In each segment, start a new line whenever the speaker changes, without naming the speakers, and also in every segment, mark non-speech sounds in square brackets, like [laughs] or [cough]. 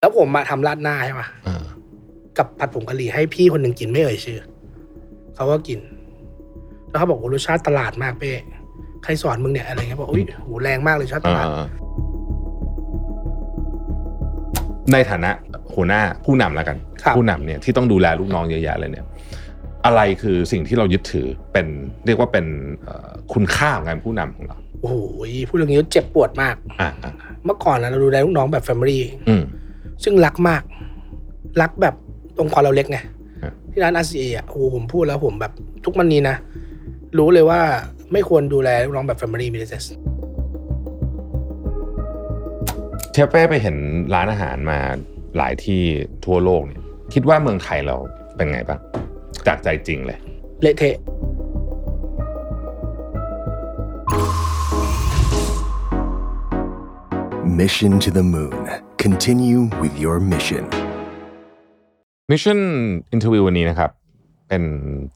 แล้วผมมาทำราดหน้าใช่ปะ
อ่า
กับผัดผงกะหรี่ให้พี่คนหนึ่งกินไม่เอ่ยชื่อเขาก็กิน แล้วเขาบอกโอ้รสชาติตลาดมากเป้ใครสอนมึงเนี่ยอะไรเงี้ยบอกอุ้ยโหแรงมากเลยรสชาติต
อ่า
ลาด
อ่าในฐานะหัวหน้าผู้นำแล้วกัน
ครับ
ผู้นำเนี่ยที่ต้องดูแลลูกน้องเยอะแยะเลยเนี่ย อะไรคือสิ่งที่เรายึดถือเป็นเรียกว่าเป็นเอ่อคุณค่าของการผู้นำของเรา
โอ้โหพูดเรื่องนี้เจ็บปวดมาก
อ่าอ่า
เมื่อก่อนนะเราดูแลลูกน้องแบบแฟมิลี่
อืม
ซึ่งรักมาก รักแบบองค์กรเราเล็กไง
ครับ
ที่ร้านอาซีอ่ะโอ้โหผมพูดแล้วผมแบบทุกวันนี้นะ รู้เลยว่าไม่ควรดูแลลูกน้องแบบ Family b u s i n e s s
เชฟเป้ไปเห็นร้านอาหารมาหลายที่ทั่วโลกเนี่ย คิดว่าเมืองไทยเราเป็นไงบ้างจากใจจริงเลย
เละเทะ
Mission to the Moon. Continue with your mission.
Mission Interview วันนี้นะครับ เป็น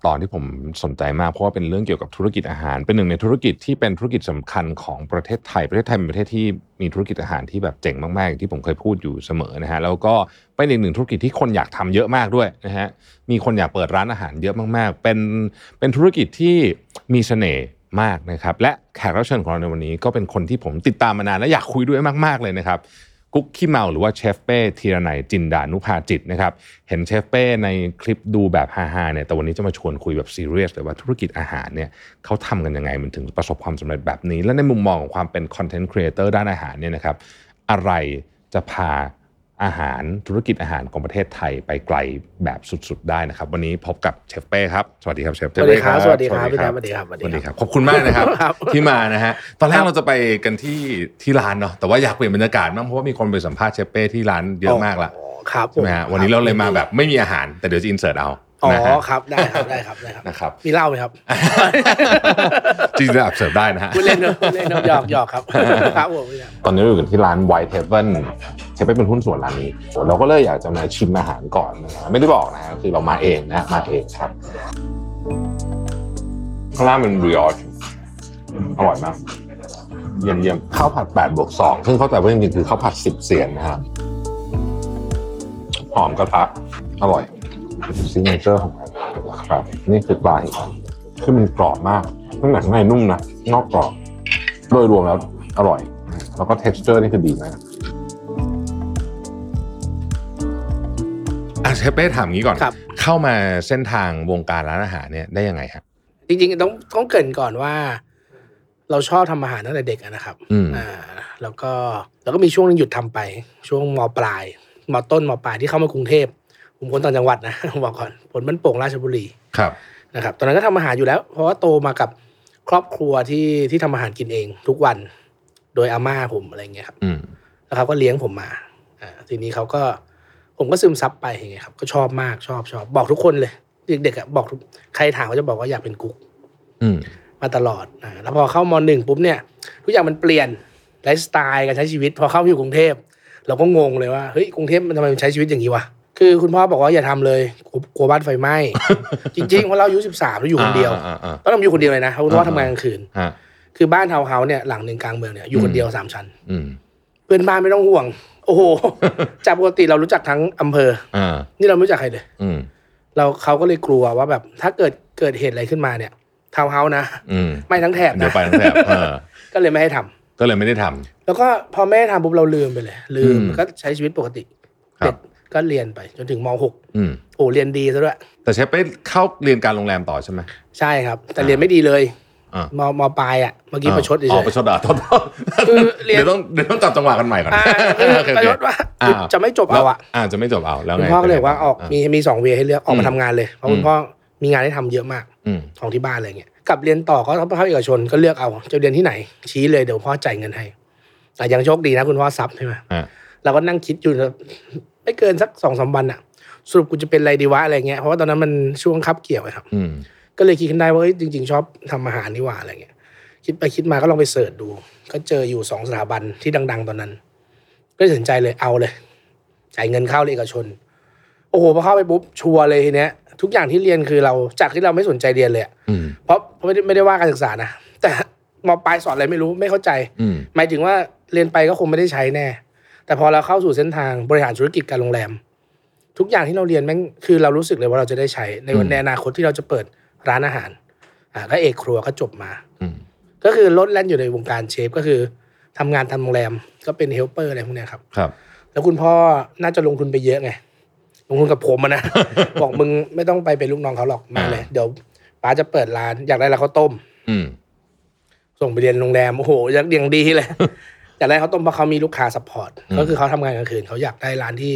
ตอนที่ผมสนใจมาก เพราะว่าเป็นเรื่องเกี่ยวกับธุรกิจอาหาร เป็นหนึ่งในธุรกิจที่เป็นธุรกิจสำคัญของประเทศไทย ประเทศไทยเป็นประเทศที่มีธุรกิจอาหารที่แบบเจ๋งมากๆอย่างที่ผมเคยพูดอยู่เสมอนะฮะแล้วก็เป็นอีกหนึ่งธุรกิจที่คนอยากทำเยอะมากด้วยนะฮะมีคนอยากเปิดร้านอาหารเยอะมากๆ เป็นเป็นธุรกิจที่มีเสน่ห์มากนะครับและแขกรับเชิญของเราในวันนี้ ก็เป็นคนที่ผมติดตามมานานและอยากคุยด้วยมากๆเลยนะครับ กุ๊กขี้เมาหรือว่าเชฟเป้ธีรนัยจินดานุภาจิตนะครับ เห็นเชฟเป้ในคลิปดูแบบฮาๆเนี่ยแต่วันนี้จะมาชวนคุยแบบซีเรียสเลยว่าธุรกิจอาหารเนี่ยเขาทำกันยังไงมันถึงประสบความสำเร็จแบบนี้ และในมุมมองของความเป็นคอนเทนต์ครีเอเตอร์ด้านอาหารเนี่ยนะครับ อะไรจะพาอาหารธุรกิจอาหารของประเทศไทยไปไกลแบบสุดๆ ได้นะครับ วันนี้พบกับเชฟเป้ครับสวัสดีครับเชฟ
สวัสดีครับ สวัสดีครับ
สวัสดี
พี่แด
ครั
นส
บ
วัสดีครับ
สวัสดีครับขอบคุณมากนะครับ
ครับ
ที่มานะฮะตอนแร
ครั
ก
บ
เราจะไปกันที่ที่ร้านเนาะแต่ว่าอยากเปลี่ยนบรรยากาศบ้างเพราะว่ามีคนไปสัมภาษณ์เชฟเป้ที่ร้านเยอะมากละ
อ๋อครับ
ใช่ไหมฮะวันนี้เราเลยมาแบบไม่มีอาหาร แต่เดี๋ยวจะอินเสิร์ตเอา
อ๋อ
นะฮะ
ครับได้ครับได้ครับได้ครับ
นะครับ
มีเหล้าไหมครับ
จริงๆอับเสิร์ฟได้นะฮะ
พูดเล่นเนอะพูดเล่นเนอะหยอกหยอก
[laughs]
ครับ ครับผมพี่แดน
ตอนนี้เราอยู่กันที่ร้าน White Heaven เชฟเป้เป็นหุ้นส่วนร้านนี้เราก็เลยอยากจะมาชิมอาหารก่อนนะฮะไม่ได้บอกนะฮะคือเรามาเองนะมาเองครับข้างล่างเป็นบริออชอร่อยมาก เยี่ยมเยี่ยมข้าวผัด8บวก2ซึ่งเข้าใจว่าจริงๆคือข้าวผัด 10 เสียนนะฮะหอมกระทะอร่อยซีเนเจอร์ของมันนะครับ นี่คือปลาหิมะคือมันกรอบมากข้างในข้างในนุ่มนะ นอกกรอบ โดยรวมแล้วอร่อย แล้วก็ texture นี่คือดีมากอ่ะเชฟเป้ถามงี้ก่อน
ครับ
เข้ามาเส้นทางวงการร้านอาหารเนี่ยได้ยังไงฮะ
จริงๆต้องต้องเกรินก่อนว่า เราชอบทำอาหารตั้งแต่เด็กอะนะครับ
อืม
แล้วก็แล้วก็มีช่วงหนึงหยุดทำไป ช่วงมปลายมต้นมปลายที่เข้ามากรุงเทพผมคนต่างจังหวัดนะ [laughs] ผมบอกก่อนผลมันโป่งราชบุรี
ครับ
นะครับตอนนั้นก็ทำอาหารอยู่แล้ว เพราะว่าโตมากับครอบครัวที่ที่ทำอาหารกินเอง ทุกวันโดยอาม่าผมอะไรเงี้ยครับ
อืม
แล้วเขาก็เลี้ยงผมมาอ่าทีนี้เขาก็ผมก็ซึมซับไปอย่างเงี้ยครับก็ชอบมากชอบชอบบอกทุกคนเลยเด็กๆอะบอกทุกใครถามก็จะบอกว่าอยากเป็นกุ๊ก
อืม
มาตลอดนะแล้วพอเข้ามหนึ่งปุ๊บเนี่ย ทุกอย่างมันเปลี่ยนไลฟ์สไตล์การใช้ชีวิต พอเข้ามาอยู่กรุงเทพเราก็งงเลยว่าเฮ้ยกรุงเทพมันทำไมมันใช้ชีวิตอย่างนี้วะคือคุณพ่อบอกว่าอย่าทำเลยกลัวกลัวบ้านไฟไหม้ จริงๆเพราะเราอายุสิบสามเราอยู่คนเดียว
อ่าอ่า
ตอนนั้นอยู่คนเดียวเลยนะเพราะคุณพ่อทำงานกลางคืน
อ่า
คือบ้านทาวน์เฮาส์เนี่ยหลังหนึ่งกลางเมืองเนี่ยอยู่คนเดียวสามชั้น
อืม
เพื่อนบ้านไม่ต้องห่วง โอ้โห
[laughs]
จากปกติเรารู้จักทั้งอำเภอ
อ่า
นี่เราไม่รู้จักใครเลย
อืม
เราเขาก็เลยกลัวว่าแบบถ้าเกิดเกิดเหตุอะไรขึ้นมาเนี่ยทาวน์เฮาส์นะ
อืม
ไม่ทั้งแถบ
เดี๋ย
นะ
วไปทั้งแถบเออ
ก็เลยไม่ให้ทำ
ก็เลยไม่ได้ทำ
แล้วก็พอแม่ทำปุ๊บเราลืมไปเลย ลืม
อืม
ก็ใช้ชีวิตปกติ
ครับ
เด็กก็เรียนไปจนถึงม .6
อืม
โอ้เรียนดีซะด้วย
แต่เชฟไปเข้าเรียนการโรงแรมต่อใช่ไหม
ใช่ครับ แต่
อ่า
เรียนไม่ดีเลย
อ่าม
มมปลายอ่ะเมื่อกี้ประชดเฉ
อ๋อย ประชดอ่ะโทษโทษ
คือเรียน
เดี๋ยวต้องเดี๋ยวต้องจับจังหวะกันใหม่ก่อน
อ่าคือ
โอเค
ป
โอ
ระ
เค
ชดว่า
อ่า
จะไม่จบเอาอ่ะ
แล้วอ่าจะไม่จบเอาแล้ว
คุณ
ไง
พ่อก็เลยบอกว่าออก
มี
มีมีสองเวย์ให้เลือกออกมาทำงานเลยเพราะ
อืม
คุณพ่อมีงานให้ทำเยอะมาก
อืม
ของที่บ้านอะไรเงี้ยกลับเรียนต่อก็ต้องไปเข้าเอกชนก็เลือกเอาจะเรียนที่ไหน ชี้เลยเดี๋ยวพ่อจ่ายเงินให้แต่ยังโชคดีนะคุณพ่อซับใช่ไหม
อ่า
เราก็นั่งคิดอยู่นะไม่เกินสักสองสามวันอะสรุปกูจะเป็นอะไรดีวะอะไรเงี้ยเพราะว่าตอนนั้นมันช่วงคับเกี่ยวอะครับ
อืม
ก็เลยคิดขึ้นได้ว่าเอ้ยจริง ๆ ชอบทำอาหารนี่หว่าอะไรเงี้ย คิดไปคิดมาก็ลองไปเสิร์ชดู ก็เจออยู่สองสถาบันที่ดัง ๆ ตอนนั้น ก็เลยตัดสินใจเลยเอาเลยจ่ายเงินเข้าเลยเอกชน โอ้โหพอเข้าไปปุ๊บชัวร์เลยทีเนี้ย ทุกอย่างที่เรียนคือเราจากที่เราไม่สนใจเรียนเลยอะ
อืม
เพราะเพราะไม่ได้ไม่ได้ว่าการศึกษานะแต่มปลายสอนอะไรไม่รู้ไม่เข้าใจ
อืม
หมายถึงว่าเรียนไปก็คงไม่ได้ใช้แน่ แต่ แต่พอเราเข้าสู่เส้นทางบริหารธุรกิจการโรงแรม ทุกอย่างที่เราเรียนแม่งคือเรารู้สึกเลยว่าเราจะได้ใช้ในวัน
อืม
ในอนาคตที่เราจะเปิดร้านอาหารอ่าก็เอกครัวก็จบมา
อืม
ก็คือลดแล่นอยู่ในวงการเชฟก็คือทำงานทำโรงแรมก็เป็นเฮลเปอร์อะไรพวกเนี้ยครับ
ครับ
แล้วคุณพ่อน่าจะลงทุนไปเยอะไง ลงทุนกับผมอะนะ
[laughs]
บอกมึงไม่ต้องไปเป็นลูกน้องเขาหรอกมาเลย
อ่า
เดี๋ยวป้าจะเปิดร้านอยากได้ร้านข้าวต้ม
อืม
ส่งไปเรียนโรงแรม โอ้โหยังยังดีเลย อยากได้ข้าวต้มเพราะเขามีลูกค้าซัพพอร์ตก็คือเขาทำงานกลางคืนเขาอยากได้ร้านที่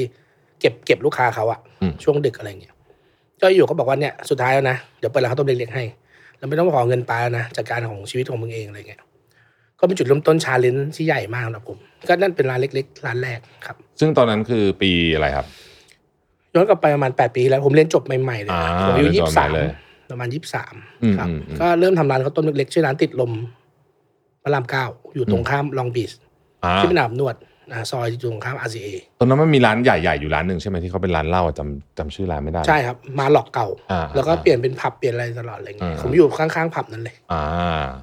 เก็บเก็บลูกค้าเขาอะ
อืม
ช่วงดึกอะไรเงี้ยก็อยู่ก็บอกว่าเนี่ยสุดท้ายแล้วนะเดี๋ยวเปิดร้านข้าวต้มเล็กๆให้แล้วไม่ต้องขอเงินป้าแล้วนะจากการของชีวิตของมึงเองอะไรเงี้ยก็เป็นจุดเริ่มต้นชาเลนจ์ที่ใหญ่มากสำหรับผม ก็นั่นเป็นร้านเล็ก ๆ ร้านแรกครับ
ซึ่งตอนนั้นคือปีอะไรครับ
ย้อนกลับไปประมาณ 8 ปีที่แล้ว ผมเรียนจบใหม่ๆเลยนะ
อ่า
ผมอายุ
เรียนจ
ยี่
บ
สิบสาม
ใหม่เลย
ประมาณยี่สิบสาม
อืม
ครับ
อืมอืม
ก็เริ่มทำร้านข้าวต้มเล็กๆชื่อร้านติดลมพระรามเก้าอยู่ตรงข้ามลองบีช
อ่า
ที่เป็นอาบนวดอ่าซอยอยู่ตรงข้ามอาซีเอ
ตอนนั้นมันมีร้านใหญ่ๆอยู่ร้านหนึ่งใช่ไหมที่เขาเป็นร้านเหล้าอะจำจำชื่อร้านไม่ได้
ใช่ครับ มาหลอกเก่า
อ่า
แล้วก็เปลี่ยนเป็นผับเปลี่ยนอะไรตลอดอะไรเงี้ย
อ่า
ผมอยู่ข้างๆผับนั้นเลย
อ่า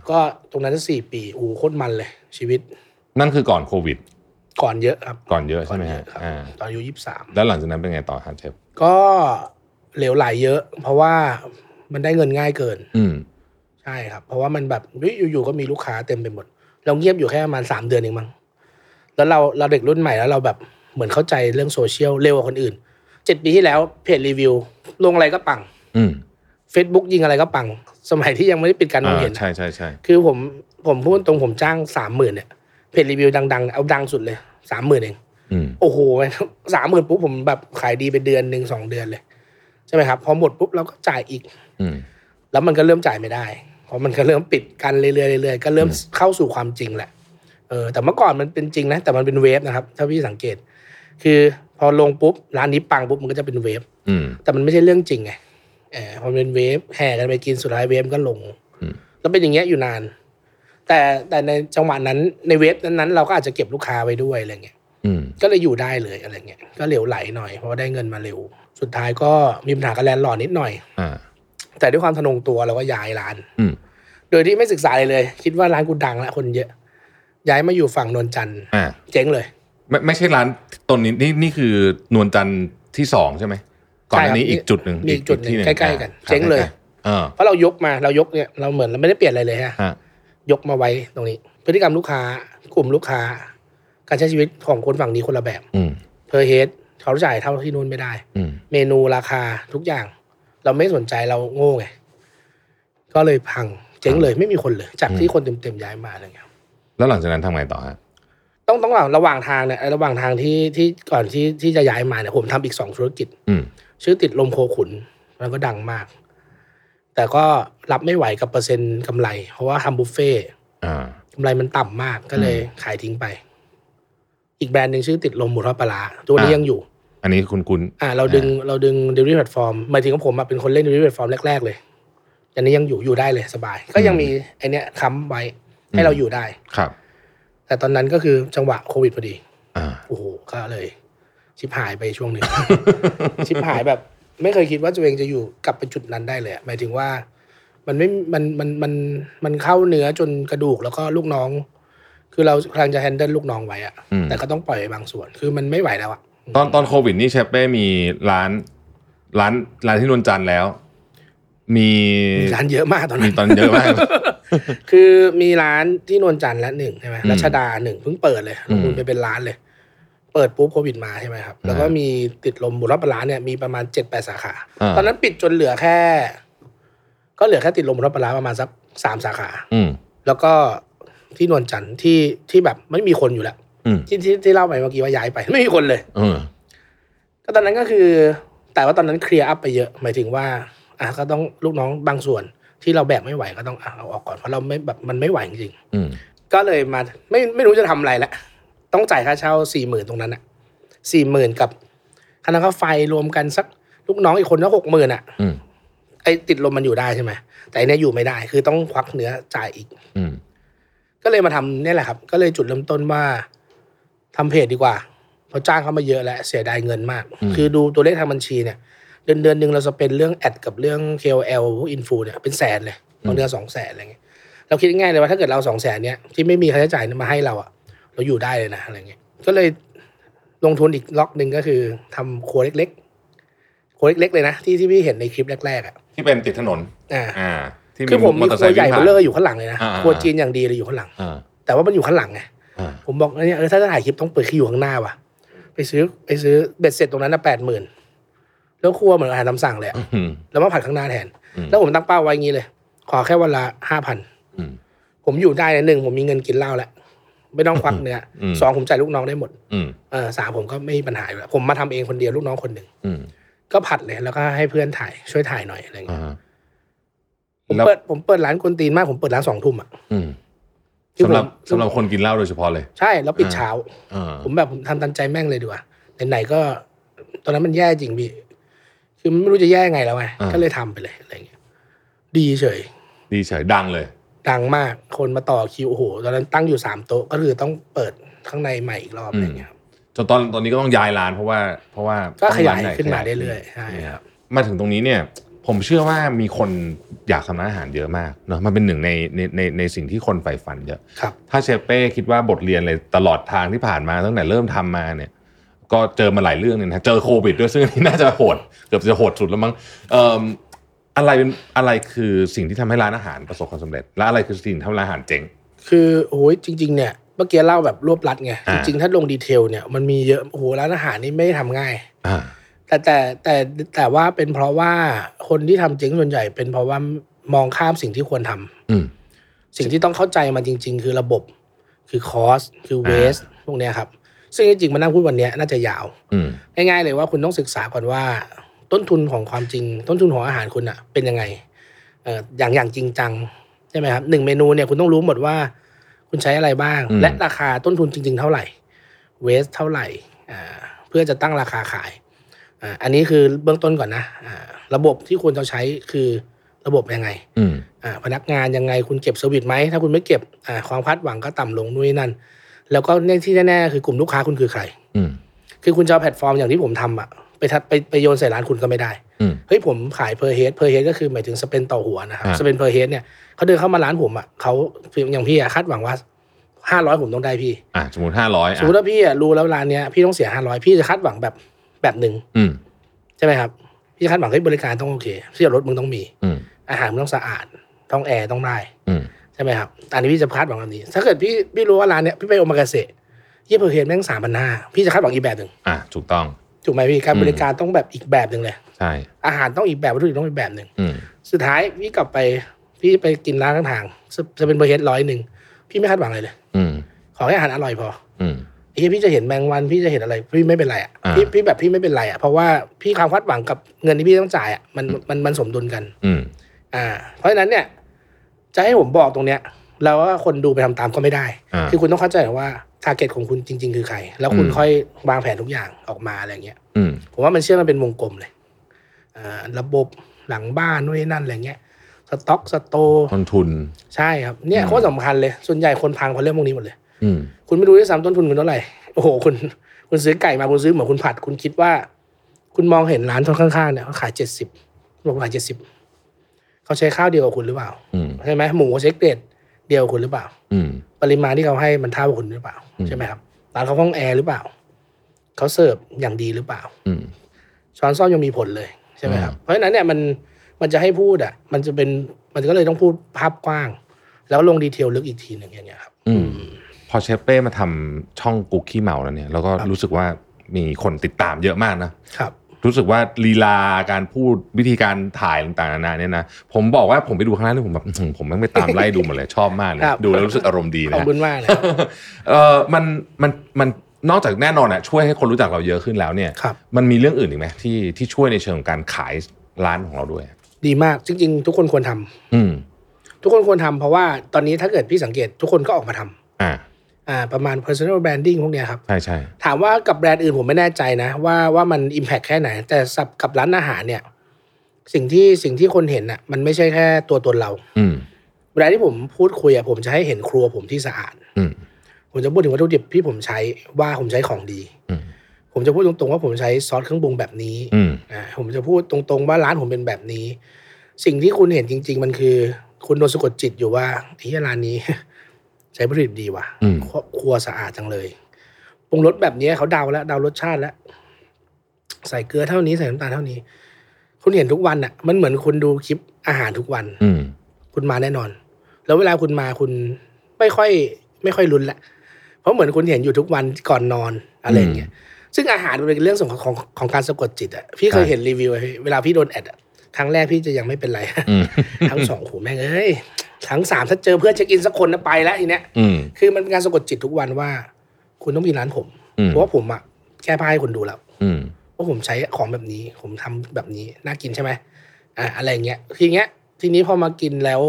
ก็ตรงนั้นสี่ปีโอ้โหโคตรมันเลย ชีวิต
นั่นคือก่อนโควิด
ก่อนเยอะครับ
ก่อนเยอะ
ก่
ใช่
อน
ไหม
เย
ฮะ
อะครับ
อ่า
ตอนอายุยี่สิบสาม
แล้วหลังจากนั้นเป็นไงต่อฮะเชฟ
ก็เหลวไหลเยอะ เพราะว่ามันได้เงินง่ายเกิน
อืม
ใช่ครับ เพราะว่ามันแบบเฮ้ยอยู่ๆก็มีลูกค้าเต็มไปหมด เราเงียบอยู่แค่ประมาณสามเดือนเองมั้งแล้วเราเราเด็กรุ่นใหม่แล้วเราแบบเหมือนเข้าใจเรื่องโซเชียลเร็วกว่าคนอื่นเจ็ดปีที่แล้วเพจรีวิว ลงอะไรก็ปัง
อืม
Facebook ยิงอะไรก็ปัง สมัยที่ยังไม่ได้ปิดการมองเห็นนะ
อ่าใช่ใช่ใช่
คือผมผมพูดตรงผมจ้างสามหมื่นเนี่ยเพจรีวิวดังๆ เอาดังสุดเลยสามหมื่นเอง
อืม
โอ้โห [laughs] สามหมื่น 30,000ปุ๊บผมแบบขายดีไปเดือนหนึ่งสองเดือนเลย ใช่ไหมครับพอหมดปุ๊บเราก็จ่ายอีก
อืม
แล้วมันก็เริ่มจ่ายไม่ได้ เพราะมันก็เริ่มปิดกันเรื่อยๆเรื่อยๆก็เริ่มเข้าสู่ความจริงแหละ เออ แต่เมื่อก่อนมันเป็นจริงนะ แต่มันเป็นเวฟนะครับ ถ้าพี่สังเกต คือพอลงปุ๊บร้านนี้ปังปุ๊บมันก็จะเป็นเวฟ
อืม
แต่มันไม่ใช่เรื่องจริงไง เออพอมันเป็นเวฟแห่กันไปกินสุดท้ายเวฟก็ลง
อืม
แล้วเป็นอย่างเงี้ยอยู่นาน แต่แต่ในจังหวะนั้นในเวฟนั้นๆเราก็อาจจะเก็บลูกค้าไว้ด้วยอะไรเงี้ย
อืม
ก็เลยอยู่ได้เลยอะไรเงี้ย ก็เหลวไหลหน่อยเพราะว่าได้เงินมาเร็ว สุดท้ายก็มีปัญหากับแลนด์ลอร์ดนิดหน่อย
อ่า
แต่ด้วยความทะนงตัวเราก็ย้ายร้าน
อืม
โดยที่ไม่ศึกษาอะไรเลย คิดว่าร้านกูดังละคนเยอะ ย้ายมาอยู่ฝั่งนนจันทร์
อ่า
เจ๊งเลย
ไม่ไม่ใช่ร้านตนนี้นี่นี่คือนวลจันทร์ที่สองใช่ไหมก่อนหน้านี้
ใช่ครับ
อีกจุดหนึ่ง
มีอีกจุดหนึ่ง
ที่
ใกล้ๆกัน
อ่า
เจ๊งเลย
ใกๆเออ
เพราะเรายกมาเรายกเนี่ยเราเหมือนเราไม่ได้เปลี่ยนอะไรเลยฮะ
ฮะ
ยกมาไว้ตรงนี้ พฤติกรรมลูกค้ากลุ่มลูกค้า การใช้ชีวิตของคนฝั่งนี้คนละแบบ
อืม
เพอร์เฮดเขาจ่ายเท่าที่นู่นไม่ได้
อืม
เมนูราคาทุกอย่าง เราไม่สนใจเราโง่ไง ก็เลยพังเจ๊งเลยไม่มีคนเลย จากที่คนเต็มๆย้ายมาอะไรเงี้ย
แล้วหลังจากนั้นทำไงต่อฮะ
ต้องต้องระหว่างระหว่างทางเนี่ยระหว่างทางที่ที่ก่อนที่ที่จะย้ายมาเนี่ยผมทำอีกสองธุรกิจ
อืม
ชื่อติดลมโคขุนมันก็ดังมาก แต่ก็รับไม่ไหวกับเปอร์เซ็นต์กำไร เพราะว่าทำบุฟเฟ่ต์
อ่า
กำไรมันต่ำมากก็เลยขายทิ้งไป อีกแบรนด์หนึ่งชื่อติดลมหมูทอดปลาร้าตัวนี้
อ่ะ
ยังอยู่
อันนี้คุณคุณ
อ่าเราดึงเราดึง delivery platform หมายถึงว่าผมอะเป็นคนเล่น delivery platform แรก ๆ เลยอันนี้ยังอยู่อยู่ได้เลยสบาย ก็ยังมีไอเนี้ยค้ำไว้
อื
ให้
ม
เราอยู่ได้
ครับ
แต่ตอนนั้นก็คือจังหวะโควิดพอดี
อ่า
โอ้โหก็เลย ชิบหายไปช่วงหนึ่ง [laughs] ชิบหายแบบ ไม่เคยคิดว่าตัวเองจะอยู่กลับไปจุดนั้นได้เลยอะหมายถึงว่า มันไม่มันมันมันมันเข้าเนื้อจนกระดูกแล้วก็ลูกน้อง คือเรากำลังจะ handle ลูกน้องไว้อะ
อืม
แต่ก็ต้องปล่อยไปบางส่วน คือมันไม่ไหวแล้วอะ
ตอนตอนโควิดนี่เชฟเป้มีร้าน ร้านร้านที่นวลจันทร์แล้ว มี
ร้านเยอะมากตอน
มี
นั้น
ตอนเยอะ
[laughs]
มาก
คือมีร้านที่นวลจันทร์ละหนึ่งใช่ไหม
อืม
รัชดาหนึ่งเพิ่งเปิดเลยลงทุ
อื
น
ม
ไปเป็นร้านเลย เปิดปุ๊บโควิดมาใช่ไหมครับ แล้วก็
อ่า
มี
มี
ติดลมบุรพร้านเนี่ยมีประมาณเจ็ดแปดสาขา
อ่า
ตอนนั้นปิดจนเหลือแค่ ก็เหลือแค่ติดลมบุรพร้านประมาณสักสามสาขา
อืม
แล้วก็ที่นวลจันทร์ที่ที่แบบไม่มีคนอยู่แล้ว
อืม
ที่ที่ที่เล่าไปเมื่อกี้ว่าย้ายไป ไม่มีคนเลย
เออ
ก็ตอนนั้นก็คือ แต่ว่าตอนนั้นเคลียร์อัพไปเยอะ หมายถึงว่า อ่ะก็ต้องลูกน้องบางส่วนที่เราแบกไม่ไหวก็ต้องอ่ะเอาออกก่อนเพราะเราไม่แบบมันไม่ไหวจริงๆ
อืม
ก็เลยมาไม่ไม่รู้จะทำอะไรละต้องจ่ายค่าเช่าสี่หมื่นตรงนั้นอะสี่หมื่นกับค่าน้ำค่าไฟรวมกันสักลูกน้องอีกคนก็หกหมื่นอะ
อืม
ไอติดลมมันอยู่ได้ใช่ไหมแต่อันเนี้ยอยู่ไม่ได้ คือต้องควักเนื้อจ่ายอีก
อืม
ก็เลยมาทำเนี่ยแหละครับ ก็เลยจุดเริ่มต้นว่าทำเพจดีกว่าเพราะจ้างเขามาเยอะแล้วเสียดายเงินมาก
อืม
คือดูตัวเลขทางบัญชีเนี่ย เดือนเดือนหนึ่งเราจะเป็นเรื่องแอดกับเรื่อง KOL พวกอินฟูเนี่ยเป็นแสนเลยบางเดือนสองแสนอะไรเงี้ยเราคิดง่ายๆเลยว่าถ้าเกิดเราสองแสนเนี่ยที่ไม่มีค่าใช้จ่ายเนี่ยมาให้เราอะเราอยู่ได้เลยนะอะไรเงี้ยก็เลย ลงทุนอีกล็อกหนึ่งก็คือทำครัวเล็กๆครัวเล็กๆเลยนะที่ที่พี่เห็นในคลิปแรกๆอ่ะ
ที่เป็นติดถนน
อ่า
อ่า ที่
คือผมมี
เตอร์
ค
ไซ
รัว
ค์
ใหญ่
วิ่ง
เบ
ผ่า
อน เลอร์อยู่ข้างหลังเลยนะ
อ่า
ครัวจีนอย่างดีเลยอยู่ข้างหลัง
อ่า
แต่ว่ามันอยู่ข้างหลังไง
อ่า
ผมบอกเนี่ยเออถ้าจะถ่ายคลิปต้องเปิดคืออยู่ข้างหน้าว่ะ ไปซื้อไปซื้อเบ็ดเสร็จตรงนั้นนะแปดหมื่นแล้วครัวเหมือนอาหารตามสั่งเลยอะ
อืม
แล้วมาผัดข้างหน้าแทน
อืม
แล้วผมตั้งเป้าไว้อย่างนี้เลย ขอแค่วันละห้าพัน
อืม
ผมอยู่ได้นะหนึ่งผมมีเงินกินเหล้าแล้วไม่ต้องควักเนื้ออ
ม
สองผมจ่ายลูกน้องได้หมด
อืม
เออสามผมก็ไม่มีปัญหาอยู่แล้วผมมาทำเองคนเดียวลูกน้องคนหนึ่ง
อืม
ก็ผัดเลยแล้วก็ให้เพื่อนถ่ายช่วยถ่ายหน่อยอะไร
อ่า
เงี้ย
ฮะ
ผม
แล้ว
เปิดผมเปิดร้านคนตีนมากผมเปิดร้านสองทุ่มอ่ะ
อืม
คือ
สำหรับ
ผม
สำหรับคนกินเหล้าโดยเฉพาะเลย
ใช่แล้วปิดเช้า
อ่า
ผมแบบผมทำตามใจแม่งเลยดีกว่าไหนๆก็ ตอนนั้นมันแย่จริงพี่ คือไม่รู้จะแย่ไงแล้วไงก็เลยทำไปเลยอะไรอย่างเงี้ยดีเฉย
ดีเฉยดังเลย
ดังมากคนมาต่อคิวโอ้โหตอนนั้นตั้งอยู่สามโต๊ะก็คือต้องเปิดข้างในใหม่อีกรอบ
อืม
อะไรอย่างเงี้ยครับ
จนตอนตอนนี้ก็ต้องย้ายร้านเพราะว่า เพราะว่า
ก็ขยาย
ต้องร้ใ
ขึ้นมาเรื่อยๆใช่ครับ
มาถึงตรงนี้เนี่ย ผมเชื่อว่ามีคนอยากทำร้านอาหารเยอะมากเนาะมันเป็นหนึ่งในในในในสิ่งที่คนใฝ่ฝันเยอะ
ครับ
ถ้าเชฟเป้คิดว่าบทเรียนเลยตลอดทางที่ผ่านมาตั้งแต่เริ่มทำมาเนี่ย ก็เจอมาหลายเรื่องเนี่ยนะเจอโควิดด้วยซึ่งอันนี่น่าจะโหดเกือบจะโหดสุดแล้วมั้งเอิ่มอะไรเป็นอะไรคือสิ่งที่ทำให้ร้านอาหารประสบความสำเร็จ และอะไรคือสิ่งที่ทำให้ร้านอาหารเจ๋ง
คือโอ้ยจริง ๆ เนี่ยเมื่อกี้เล่าแบบรวบรัดไง
อ่า
จริง ๆ ถ้าลงดีเทลเนี่ยมันมีเยอะโอ้โหร้านอาหารนี่ไม่ได้ทำง่าย
อ่า
แต่แต่แต่แต่ว่าเป็นเพราะว่าคนที่ทำเจ๊งส่วนใหญ่ เป็นเพราะว่ามองข้ามสิ่งที่ควรทำ
อืม
สิ่งที่ต้องเข้าใจมันจริง ๆ คือระบบ คือคอส คือเวส พวกเนี้ยครับ ซึ่งจริงๆมานั่งพูดวันเนี้ยน่าจะยาว
อืม
ง่ายๆเลยว่าคุณต้องศึกษาก่อนว่า ต้นทุนของความจริง ต้นทุนของอาหารคุณอะเป็นยังไงเอ่ออย่างอย่างจริงจังใช่ไหมครับหนึ่งเมนูเนี่ยคุณต้องรู้หมดว่า คุณใช้อะไรบ้าง และราคาต้นทุนจริง ๆ เท่าไหร่เวสเท่าไหร่อ่าเพื่อจะตั้งราคาขายอ่าอันนี้คือเบื้องต้นก่อนนะอ่าระบบที่ควรจะใช้คือระบบยังไง
อืม
อ่าพนักงานยังไงคุณเก็บเซอร์วิสไหมถ้าคุณไม่เก็บอ่าความคาดหวังก็ต่ำลงนู่นนนั่น แล้วก็เนี่ยที่แน่ๆคือกลุ่มลูกค้าคุณคือใคร
อืม
คือคุณจะเอาแพลตฟอร์มอย่างที่ผมทำอ่ะไปทัดไปไปโยนใส่ร้านคุณก็ไม่ได้
อืม
เฮ้ยผมขาย per head per head ก็คือหมายถึงสเปนต่อหัวนะครับ
อ่า
สเปน per head เนี่ยเขาเดินเข้ามาร้านผมอ่ะเขาอย่างพี่อ่ะคาดหวังว่าห้าร้อยผมต้องได้พี่
อ่าสมมติห้าร้อย
สมมติว่าพี่อ่ะรู้แล้วร้านเนี้ยพี่ต้องเสียห้าร้อยพี่จะคาดหวังแบบแบบหนึ่ง
อืม
ใช่ไหมครับพี่คาดหวังให้ยบริการต้องโอเคเสื้อรถมึงต้องมี
อืม
อาหารมึงต้องสะอาดต้องแอร์ต้องได้
อืม
ใช่ไหมครับ อันนี้พี่จะคาดหวังแบบนี้ ถ้าเกิดพี่พี่รู้ว่าร้านเนี้ยพี่ไปโอมากาเสะยี่เปอร์เซ็นต์แม่งสามพันห้าพี่จะคาดหวังอีกแบบหนึ่ง
อ่าถูกต้อง
ถูกไหมพี่ การ
อืม
บริการต้องแบบอีกแบบหนึ่งเลย
ใช่
อาหารต้องอีกแบบวัตถุดิบต้องอีกแบบหนึ่ง
อืม
สุดท้ายพี่กลับไปพี่ไปกินร้านข้างทางจะเป็นเปอร์เซ็นต์ร้อยหนึ่งพี่ไม่คาดหวังอะไรเลย
อืม
ขอแค่อาหารอร่อยพอ
อืม
ไอ้เหี้ยพี่จะเห็นแมงวันพี่จะเห็นอะไรพี่ไม่เป็นไรอ่ะ
อ่า
พี่พี่แบบพี่ไม่เป็นไรอ่ะเพราะว่าพี่ความคาดหวังกับเงินที่พี่ต้องจ่ายอ่ะมันมันมันสมดุลกัน
อืม
อ่า เพราะฉะนั้นเนี่ยจะให้ผมบอกตรงเนี้ยแล้วว่าคนดูไปทำตามก็ไม่ได้
อ่า
คือคุณต้องเข้าใจก่อนว่าทาร์เก็ตของคุณจริง ๆ คือใคร แล้วคุณ
อืม
ค่อยวางแผนทุกอย่างออกมาอะไรเงี้ย
อืม
ผมว่ามันเชื่อมันเป็นวงกลมเลยอ่าระบบหลังบ้านนู่นนี่นั่นอะไรเงี้ย สต็อกสโตร์
ต้นทุน
ใช่ครับ เนี่ย
อืม
โคตรสำคัญเลย ส่วนใหญ่คนพังเพราะเรื่องพวกนี้หมดเลย
อืม
คุณไม่รู้ด้วยซ้ำต้นทุนคุณเท่าไหร่ [laughs] โอ้โห คุณ คุณซื้อไก่มาคุณซื้อเหมือนคุณผัด คุณคิดว่า คุณมองเห็นร้านข้างๆเนี่ยเขาขายเจ็ดสิบบอกว่าขายเจ็ดสิบเขาใช้ข้าวเดียวกับคุณหรือเปล่า
อืม
ใช่ไหมหมูเขาใช้เกรดเดียวกับคุณหรือเปล่า
อืม
ปริมาณที่เขาให้มันเท่ากับคุณหรือเปล่า
อืม
ใช่ไหมครับร้านเขาห้องแอร์หรือเปล่าเขาเสิร์ฟอย่างดีหรือเปล่า
อืม
ช้อนซ่อมยังมีผลเลยใช่ไหมครับ
อืม
เพราะฉะนั้นเนี่ยมันมันจะให้พูดอ่ะ มันจะเป็นมันก็เลยต้องพูดภาพกว้าง แล้วลงดีเทลลึกอีกทีหนึ่งอย่างเงี้ยครับ
อืมพอเชฟเป้มาทำช่องกุ๊กขี้เมาแล้วเนี่ยแล้วก็รู้สึกว่ามีคนติดตามเยอะมากนะครับ รู้สึกว่าลีลาการพูดวิธีการถ่ายต่างๆนานาเนี่ยนะผมบอกว่าผมไปดูครั้งแรกแล้วผมแบบอื้อหือผมไม่งไปตามไล่ดูหมดเลย [laughs] ชอบมากเลย
ครับ
ดูแล้วรู้สึกอารมณ์ดี
ขอบ
นะ
คุณมากเลย
เออมันมันมันนอกจากแน่นอนอะช่วยให้คนรู้จักเราเยอะขึ้นแล้วเนี่ย
ครับ
มันมีเรื่องอื่นอีกไหมที่ที่ช่วยในเชิงของการขายร้านของเราด้วย
ดีมากจริง ๆ ทุกคนควรทำ
อืม
ทุกคนควรทำเพราะว่าตอนนี้ถ้าเกิดพี่สังเกตทุกคนก็ออกมาทำ
อ่า
อ่าประมาณ personal branding พวกเนี้ยครับ
ใช่ใช่
ถามว่ากับแบรนด์อื่นผมไม่แน่ใจนะ ว่าว่ามัน Impact แค่ไหน แต่สับกับร้านอาหารเนี่ย สิ่งที่สิ่งที่คนเห็นอ่ะมันไม่ใช่แค่ตัวตนเรา
อืม
เวลาที่ผมพูดคุยอ่ะผมจะให้เห็นครัวผมที่สะอาด
อืม
ผมจะพูดถึงวัตถุดิบที่ผมใช้ว่าผมใช้ของดี
อืม
ผมจะพูดตรงๆว่าผมใช้ซอสเครื่องปรุงแบบนี้
อืม
นะผมจะพูดตรงๆว่าร้านผมเป็นแบบนี้ สิ่งที่คุณเห็นจริง ๆ มันคือ คุณโดนสะกดจิตอยู่ [laughs] ว่าไอ้เหี้ยร้านนี้ ใช้วัตถุดิบดีว่ะ
อืม
ครัวครัวสะอาดจังเลย ปรุงรสแบบนี้เขาเดาแล้วเดารสชาติแล้ว ใส่เกลือเท่านี้ใส่น้ำตาลเท่านี้ คุณเห็นทุกวันอ่ะ มันเหมือนคุณดูคลิปอาหารทุกวัน
อืม
คุณมาแน่นอน แล้วเวลาคุณมาคุณไม่ค่อย ไม่ค่อยลุ้นละ เพราะเหมือนคุณเห็นอยู่ทุกวันก่อนนอนอะไรอย่างเงี้ย ซึ่งอาหารมันเป็นเรื่องส่วนของของของการสะกดจิตอะพี่เคย
ใช่
เห็นรีวิวอะพี่เวลาพี่โดนแอดอะครั้งแรกพี่จะยังไม่เป็นไร [laughs]
อืม
ครั้งสองโอ้โหแม่งเอ้ยครั้งสามถ้าเจอเพื่อนเช็คอินสักคนนะไปแล้วทีเนี้ย
อืม
คือมันเป็นการสะกดจิตทุกวันว่า คุณต้องมีร้านผม
อืม
เพราะว่าผมอะแค่พายให้คุณดูแล้ว
อืม
ว่าผมใช้ของแบบนี้ ผมทำแบบนี้น่ากินใช่ไหมอ่ะอะไรอย่างเงี้ยทีเงี้ย ทีนี้พอมากินแล้ว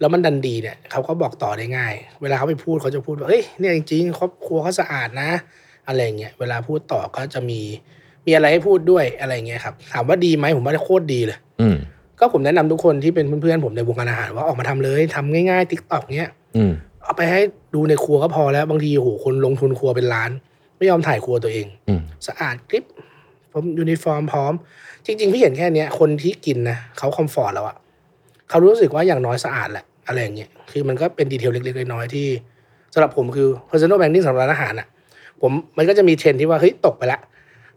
แล้วมันดันดีเนี่ยเขาก็บอกต่อได้ง่าย เวลาเขาไปพูดเขาจะพูดว่าเอ้ยเนี่ยจริงๆครอบครัวเขาสะอาดนะ อะไรอย่างเงี้ยเวลาพูดต่อก็จะมีมีอะไรให้พูดด้วยอะไรอย่างเงี้ยครับถามว่าดีไหมผมว่าโคตรดีเลย
อืม
ก็ผมแนะนำทุกคนที่เป็นเพื่อนๆผมในวงการอาหารว่าออกมาทำเลยทำง่ายๆติ๊กต็อกเนี้ย
อืม
เอาไปให้ดูในครัวก็พอแล้วบางทีโหคนลงทุนครัวเป็นล้าน ไม่ยอมถ่ายครัวตัวเอง
อืม
สะอาดกริบผมยูนิฟอร์มพร้อม จริง ๆ พี่เห็นแค่เนี้ยคนที่กินนะเขาคอมฟอร์ตแล้วอะเขารู้สึกว่าอย่างน้อยสะอาดแหละอะไรอย่างเงี้ยคือมันก็เป็นดีเทลเล็กๆน้อยๆที่สำหรับผมคือ personal branding สำหรับร้านอาหารอะผมมันก็จะมีเทรนด์ที่ว่าเฮ้ยตกไปละ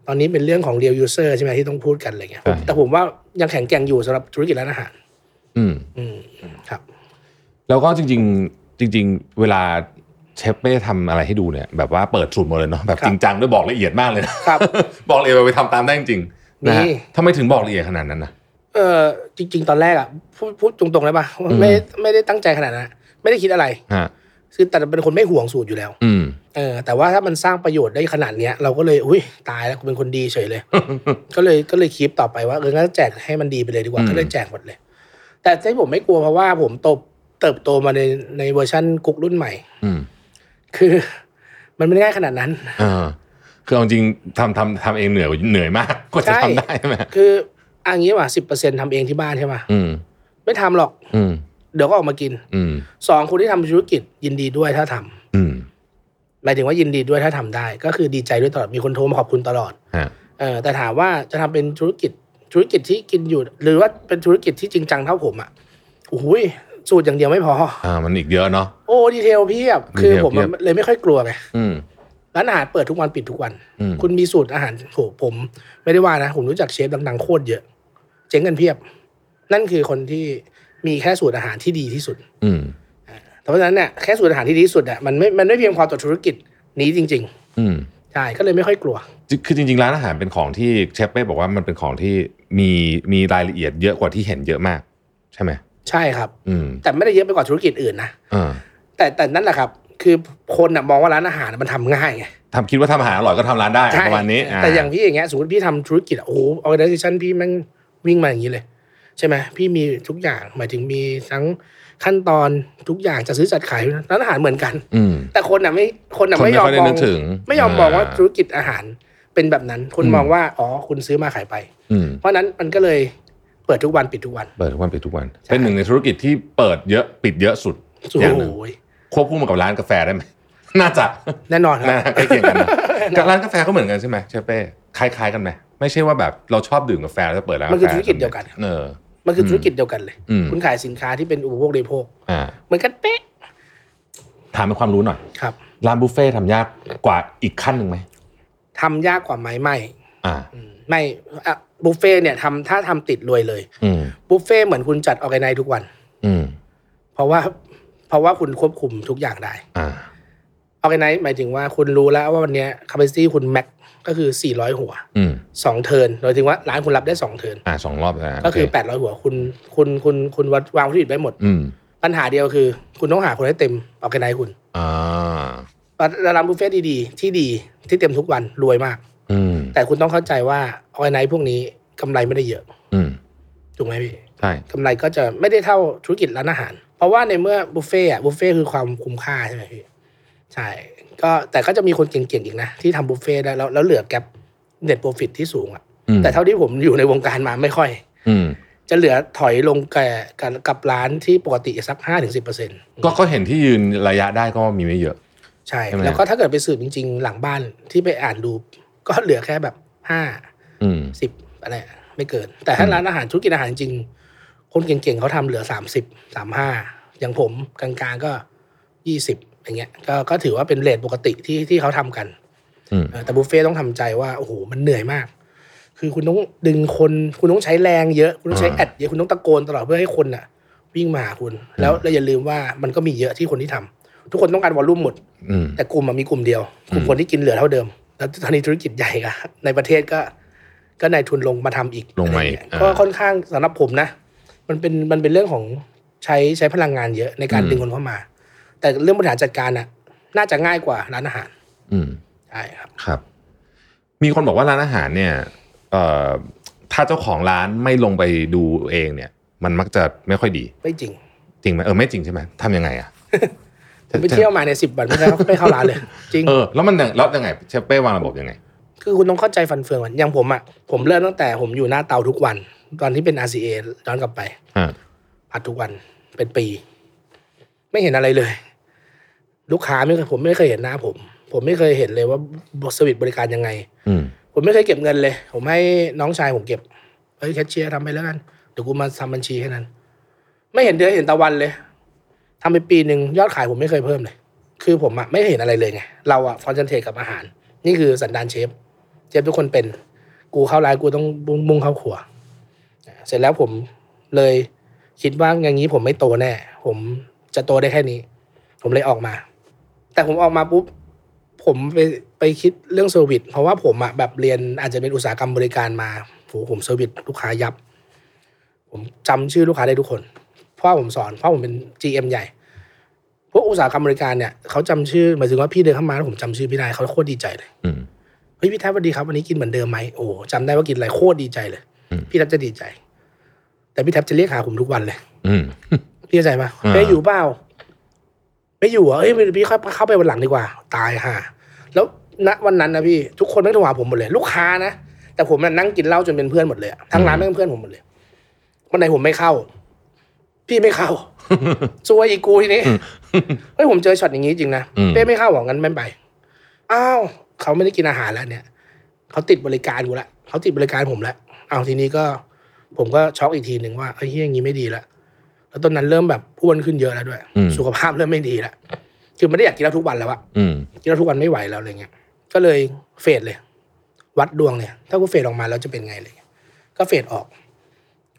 ตอนนี้เป็นเรื่องของ real user ใช่ไหมที่ต้องพูดกันอะไรเงี้ยผม
ใช่
แต่ผมว่ายังแข็งแกร่งอยู่สำหรับธุรกิจร้านอาหาร
อืม
อืมครับ
แล้วก็จริง ๆ จริง ๆ เวลาเชฟเป้ทำอะไรให้ดูเนี่ย แบบว่าเปิดสูตรหมดเลยเนาะแบบ
ครับ
จริงจังด้วยบอกละเอียดมากเลยนะครับ [laughs] บอกละเอียดไปทำตามได้จริงๆนะฮะ
นี่
ทำไมถึงบอกละเอียดขนาดนั้นนะ
เออจริง ๆ ตอนแรกอ่ะพูดพูดตรงๆเลยป่ะว่าไม่
อืม
ไม่ได้ตั้งใจขนาดนั้นอะไม่ได้คิดอะไร
ฮะ
คือแต่เป็นคนไม่ห่วงสูตรอยู่แล้ว
อืม
เออแต่ว่าถ้ามันสร้างประโยชน์ได้ขนาดเนี้ยเราก็เลยอุ้ยตายแล้วกูเป็นคนดีเฉยเลย
[laughs]
ก็เลยก็เลยคีปต่อไปว่าเอองั้นแจกให้มันดีไปเลยดีกว่า
อืม
ก็เลยแจกหมดเลย แต่ที่ผมไม่กลัวเพราะว่าผมโตเติบโตมาในในเวอร์ชั่นกุ๊กรุ่นใหม่
อืม
คือ มันไม่ได้ง่ายขนาดนั้น
เออคือเอาจริงทำทำทำเองเหนื่อยเหนื่อยมาก [laughs] กว่าจะ
ใช่
ทำได้ใช่ไหม
คืออันนี้ว่ะสิบเปอร์เซ็นทำเองที่บ้านใช่ป่ะ
อืม
ไม่ทำหรอก
อืม
เดี๋ยวก็ออกมากิน
อืม
สองคนที่ทำธุรกิจยินดีด้วยถ้าทำ
อืม
หมายถึงว่ายินดีด้วยถ้าทำได้ ก็คือดีใจด้วยตลอดมีคนโทรมาขอบคุณตลอด
ฮะ
เออแต่ถามว่าจะทำเป็นธุรกิจธุรกิจที่กินอยู่ หรือว่าเป็นธุรกิจที่จริงจังเท่าผมอ่ะโอ้โหยสูตรอย่างเดียวไม่พอ
อ่า มันอีกเยอะเนาะ
โอ้ดีเทลเพียบคือ
ดีเทล
ผมอะ
เพียบ
เลยไม่ค่อยกลัวไง
อืม
ร้านอาหารเปิดทุกวันปิดทุกวัน
อืม
คุณมีสูตรอาหารโหผมไม่ได้ว่านะ ผมรู้จักเชฟดังๆโคตรเยอะ เจ๊งกันเพียบ นั่นคือคนที่มีแค่สูตรอาหารที่ดีที่สุด
อืม
แต่เพราะฉะนั้นเนี่ยแค่สูตรอาหารที่ดีที่สุดอ่ะมันไม่มันไม่เพียงพอต่อธุรกิจนี้จริง
อืม
ๆใช่ก็เลยไม่ค่อยกลัว
จริงคือจริงๆร้านอาหารเป็นของที่เชฟเป้บอกว่ามันเป็นของที่มีมีรายละเอียดเยอะกว่าที่เห็นเยอะมาก ใช่ไหม
ใช่ครับ
อืม
แต่ไม่ได้เยอะไปกว่าธุรกิจอื่นนะ
อ่า
แต่แต่นั่นแหละครับ คือคนน่ะมองว่าร้านอาหารน่ะมันทำง่ายไง
ทำคิดว่าทำอาหารอร่อยก็ทำร้านได้
ใช่
ประมาณนี้
แต่อย่างพี่อย่างเงี้ยสมมติพี่ทำธุรกิจอ่ะโอ้โห organization พี่แม่งวิ่งมาอย่างนี้เลย ใช่ไหมพี่มีทุกอย่างหมายถึงมีทั้งขั้นตอนทุกอย่างจะซื้อจัดขายร้านอาหารเหมือนกัน
อืม
แต่คนน่ะไม่คนน่ะ
คน
ไม่ยอม
ไม่ค่อยได้
มอ
นึ
ง
กถึง
ไม่ยอมมองว่า
อ่า
ธุรกิจอาหารเป็นแบบนั้น คนมองว่าอ๋อคุณซื้อมาขายไป
อืม
เพราะฉะนั้นมันก็เลยเปิดทุกวันปิดทุกวัน
เปิดทุกวันปิดทุกวัน
ใช่
เป็นหนึ่งในธุรกิจที่เปิดเยอะปิดเยอะสุด อย่างหนึ่ง
โอ้ย
ควบคู่มากับร้านกาแฟ
[laughs]
ได้ไหม น่าจะ
แน่นอนครั
น่า
บ
ใกล้เคียงกันนะกับร้านกาแฟก็เหมือนกันใช่ไหมเชฟเป้คล้ายๆกันไหมไม่ใช่ว่าแบบเราชอบดื่มกาแฟแล้วจะเปิดร้าน
มันคือก
าแฟ
ธุรกิจเดียวกัน
เออ
มันคือธุรกิจเดียวกันเลย
อืม
คุณขายสินค้าที่เป็นอุปโภคบริโภค
อ่า
เหมือนกันเป๊ะ
ถามเป็นความรู้หน่อย
ครับ
ร้านบุฟเฟ่ต์ทำยากกว่าอีกขั้นหนึ่งไหม
ทำยากกว่าไหมไม่
อ่า
อืมไม่อ่ะบุฟเฟ่ต์เนี่ยทำถ้าทำติดรวยเลย
อืม
บุฟเฟ่ต์เหมือนคุณจัดออแกไนทุกวัน
อืม
เพราะว่าเพราะว่าคุณควบคุมทุกอย่างได้
อ่า
ออแกไนหมายถึงว่าคุณรู้แล้วว่าวันเนี้ย capacity คุณแม็กก็คือ 400 หัว
อืม
2เทิร์นโดยถึงว่าร้านคุณรับได้ 2 เทิร์น
อ่าสองรอบแล้วนะ
ก็คือ
โเ
800 หัวคุณคุณคุณคุณวัดวางวัตถุดิบไว้หมด
อืม
ปัญหาเดียวคือ คุณต้องหาคนให้เต็มออแกไนคุณ
อ่า
ร้านบุฟเฟ่ต์ดีๆที่ดีที่เต็มทุกวันรวยมาก
อืม
แต่คุณต้องเข้าใจว่าออยไนพวกนี้กำไรไม่ได้เยอะ
อืม
ถูกไหมพี่
ใช่
กำไรก็จะไม่ได้เท่าธุรกิจร้านอาหาร เพราะว่าในเมื่อบุฟเฟ่ต์อะบุฟเฟ่ต์คือความคุ้มค่าใช่ไหมพี่ใช่ก็แต่ก็จะมีคนเก่งๆอีกนะ ที่ทำบุฟเฟ่ต์ได้แล้วแล้วเหลือแกลบเน็ตโปรฟิตที่สูงอะ
อืม
แต่เท่าที่ผมอยู่ในวงการมาไม่ค่อย
อืม
จะเหลือถอยลงแก่กับกับร้านที่ปกติสักห้าถึงสิบเปอร์เซ็นต์
ก็ก็เห็นที่ยืนระยะได้ก็มีไม่เยอะ
ใช่
ใช่ไหม
แล้วก็ถ้าเกิดไปสืบจริง ๆ หลังบ้านที่ไปอ่านดู ก็เหลือแค่แบบห้า
อืม
สิบอะไรอะไม่เกิน แต่ถ้า
อืม
ร้านอาหารธุรกิจอาหารจริง คนเก่งๆเขาทำเหลือสามสิบสามห้าอย่างผมกลางๆก็ยี่สิบอย่างเงี้ยก็ก็ถือว่าเป็นเลทปกติที่ที่เขาทำกัน
อืม
เออแต่บุฟเฟ่ต์ต้องทำใจว่าโอ้โหมันเหนื่อยมาก คือคุณต้องดึงคนคุณต้องใช้แรงเยอะ คุณต้องใช้แอดเยอะคุณต้องตะโกนตลอดเพื่อให้คนน่ะ วิ่งมาหาคุณ แล้วเราอย่าลืมว่ามันก็มีเยอะที่คนที่ทำทุกคนต้องการวอลลุ่มหมด
อืม
แต่กลุ่มมันมีกลุ่มเดียวกลุ่มคนที่กินเหลือเท่าเดิม แล้วตอนนี้ธุรกิจใหญ่ก็ในประเทศก็ก็นายทุนลงมาทำอีก
ลงมาอีก
ะไรเยก็
อ่า
ค่อนข้างสำหรับผมนะ มันเป็นมันเป็นเรื่องของใช้ใช้พลังงานเยอะในการ
อืม
ดึงคนเข้ามา แต่เรื่องบริหารจัดการน่ะ น่าจะง่ายกว่าร้านอาหาร
อืม
ใช่ครับ
ครับ มีคนบอกว่าร้านอาหารเนี่ยเอ่อถ้าเจ้าของร้านไม่ลงไปดูเองเนี่ย มันมักจะไม่ค่อยดี
ไม่จริง
จริงไหมเออไม่จริงใช่ไหมทำยังไงอะ
ผมไปเที่ยวมาในสิบวันไม่ได้ไม่เข้าร้านเลย
[laughs]
จริง
เออแล้วมันยังแล้วยังไงเชฟเป้วางระบบยังไง
คือคุณต้องเข้าใจฟันเฟืองก่อนอย่างผมอ่ะผมเริ่มตั้งแต่ผมอยู่หน้าเตาทุกวัน ตอนที่เป็น RCA ย้อนกลับไป
อ่า
ผัดทุกวันเป็นปี ไม่เห็นอะไรเลย ลูกค้าไม่เคยผมไม่เคยเห็นหน้าผม ผมไม่เคยเห็นเลยว่าสวิตบริการยังไง
อืม
ผมไม่เคยเก็บเงินเลย ผมให้น้องชายผมเก็บเฮ้ยแคชเชียร์ทำไปแล้วกันเดี๋ยวกูมาทำบัญชีแค่นั้น ไม่เห็นเดือนเห็นตะวันเลยทำไปปีหนึ่งยอดขายผมไม่เคยเพิ่มเลย คือผมอะไม่เห็นอะไรเลยไงเราอะคอนเซนเทรตกับอาหาร นี่คือสันดานเชฟเชฟทุกคนเป็น กูเข้าร้านกูต้องมุ่งเข้าครัว เสร็จแล้วผมเลยคิดว่าอย่างนี้ผมไม่โตแน่ ผมจะโตได้แค่นี้ ผมเลยออกมา แต่ผมออกมาปุ๊บ ผมไปไปคิดเรื่องเซอร์วิสเพราะว่าผมอะแบบเรียนอาจจะเป็นอุตสาหกรรมบริการมาโหผมเซอร์วิสลูกค้ายับ ผมจำชื่อลูกค้าได้ทุกคนเพราะว่อผมสอนเพราะผมเป็น GM ใหญ่ พวกอุตสาหกรรมบริการเนี่ยเขาจำชื่อหมายถึงว่าพี่เดินเข้ามาแล้วผมจำชื่อพี่ได้เขาโคตรดีใจเลย
อืม
เฮ้ยพี่แทบสวัสดีครับวันนี้กินเหมือนเดิมไหมโอ้โหจำได้ว่ากินอะไรโคตรดีใจเลย
อืม
พี่แทบจะดีใจ แต่พี่แทบจะเรียกหาผมทุกวันเลย
อืม
พี่เข้าใจไหม
อ่า
ไม่อยู่เปล่าไม่อยู่เหรอเอ้ยพี่เข้าเข้าไปวันหลังดีกว่า ตายห่าแล้วณวันนั้นนะพี่ทุกคนไม่งโทรหาผมหมดเลย ลูกค้านะแต่ผมน่ะนั่งกินเหล้าจนเป็นเพื่อนหมดเลยอะทั้งร้านแม่งเป็นเพื่อนผมหมดเลยวันไหนผมไม่เข้า พี่ไม่เข้าซวยอีกกูทีนี้เฮ้ยผมเจอช็อตอย่างนี้จริงนะ
อืม
เป้ไม่เข้าหรองั้นไม่ไป อ้าวเขาไม่ได้กินอาหารแล้วเนี่ย เขาติดบริการกูละเขาติดบริการผมละเอาทีนี้ก็ ผมก็ช็อกอีกทีหนึ่งว่าเฮ้ยเหี้ยอย่างนี้ไม่ดีละแล้วตอนนั้นเริ่มแบบอ้วนขึ้นเยอะแล้วด้วย
อืม
สุขภาพเริ่มไม่ดีละคือไม่ได้อยากกินเหล้าทุกวันแล้วอะ
อืม
กินเหล้าทุกวันไม่ไหวแล้วอะไรเงี้ยก็เลยเฟดเลย วัดดวงเนี่ย ถ้ากูเฟดออกมาแล้วจะเป็นไงอะไรเงี้ยก็เฟดออก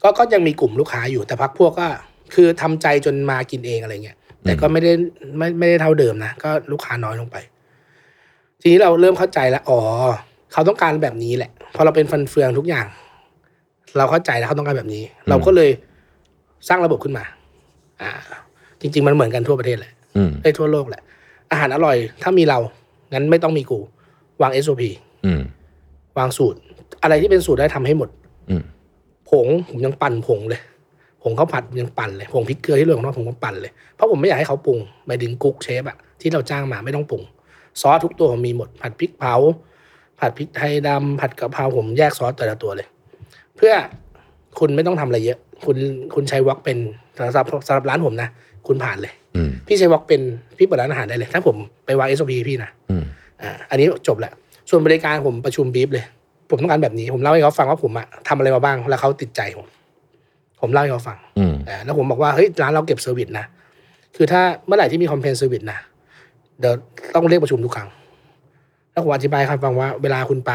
ก็ก็ยังมีกลุ่มลูกค้าอยู่แต่พักพวกก็ คือทำใจจนมากินเองอะไรเงี้ยแต่ก็ไม่ได้ไม่ไม่ได้เท่าเดิมนะก็ลูกค้าน้อยลงไป ทีนี้เราเริ่มเข้าใจแล้วอ๋อเขาต้องการแบบนี้แหละพอเราเป็นฟันเฟืองทุกอย่าง เราเข้าใจแล้วเขาต้องการแบบนี้ เราก็เลยสร้างระบบขึ้นมา อ่า จริง ๆ มันเหมือนกันทั่วประเทศแหละ
อืม
ได้ยทั่วโลกแหละ อาหารอร่อย ถ้ามีเรา งั้นไม่ต้องมีกู วาง SOP
อืม
วางสูตร อะไรที่เป็นสูตรได้ทำให้หมด
อืม
ผงผมยังปั่นผงเลยผงข้าวผัดผมยังปั่นเลยผงพริกเกลือที่เหลือของนอกผมก็ปั่นเลยเพราะผมไม่อยากให้เขาปรุงหมายถึงกุ๊กเชฟอะที่เราจ้างมาไม่ต้องปรุงซอสทุกตัวผมมีหมด ผัดพริกเผา ผัดพริกไทยดำผัดกะเพราผมแยกซอสแต่ละตัวเลย เพื่อคุณไม่ต้องทำอะไรเยอะ คุณคุณใช้วอกเป็นสำหรับสำหรับร้านผมนะ คุณผ่านเลย
อืม
พี่ใช้วอกเป็นพี่เปิดร้านอาหารได้เลย ถ้าผมไปวางเอสโอพีพี่นะ
อืม
อ่าอันนี้จบแหละ ส่วนบริการผมประชุมบรีฟเลย ผมต้องการแบบนี้ ผมเล่าให้เขาฟังว่าผมอะทำอะไรมาบ้าง แล้วเขาติดใจผม ผมเล่าให้เขาฟัง
อืม
อ่าแล้วผมบอกว่าเฮ้ยร้านเราเก็บเซอร์วิสนะ คือถ้าเมื่อไหร่ที่มีคอมเพลนเซอร์วิสนะ เดี๋ยวต้องเรียกประชุมทุกครั้ง แล้วผมอธิบายให้เขาฟังว่าเวลาคุณไป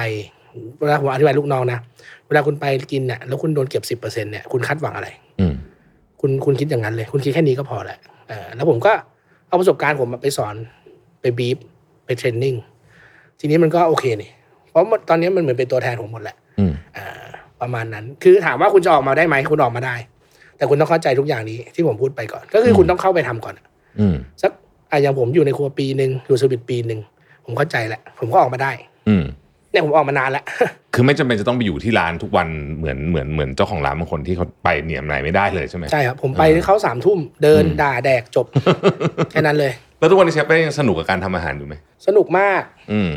เวลาผมอธิบายลูกน้องนะ เวลาคุณไปกินเนี่ยแล้วคุณโดนเก็บสิบเปอร์เซ็นเนี่ย คุณคาดหวังอะไร
อืม
คุณคุณคิดอย่างนั้นเลย คุณคิดแค่นี้ก็พอแหละเออแล้วผมก็เอาประสบการณ์ผมไปสอนไปบีฟไปเทรนนิ่งทีนี้มันก็โอเคนี่เพราะมันตอนนี้มันเหมือนเป็นตัวแทนผมหมดแหละ
อืม
เออประมาณนั้น คือถามว่าคุณจะออกมาได้ไหมคุณออกมาได้ แต่คุณต้องเข้าใจทุกอย่างนี้ที่ผมพูดไปก่อน ก็คือคุณต้องเข้าไปทำก่อน
อืม
สักอ่ะอย่างผมอยู่ในครัวปีหนึ่งอยู่สวิตปีหนึ่งผมเข้าใจแหละ ผมก็ออกมาได้
อืม
เนี่ยผมออกมานานแล้ว [laughs]
คือไม่จำเป็นจะต้องไปอยู่ที่ร้านทุกวันเหมือนเหมือนเหมือนเจ้าของร้านบางคนที่เขาไปเหนี่ยมไหนไม่ได้เลยใช่ไหม
ใช่ครับผมไปเขาสามทุ่มเดิน
อืม
ด่าแดก [laughs] จบแค่นั้นเลย
แล้วทุกวันนี้เชฟเป้ยังสนุกกับการทำอาหารอยู่ไหม
สนุกมาก
อืม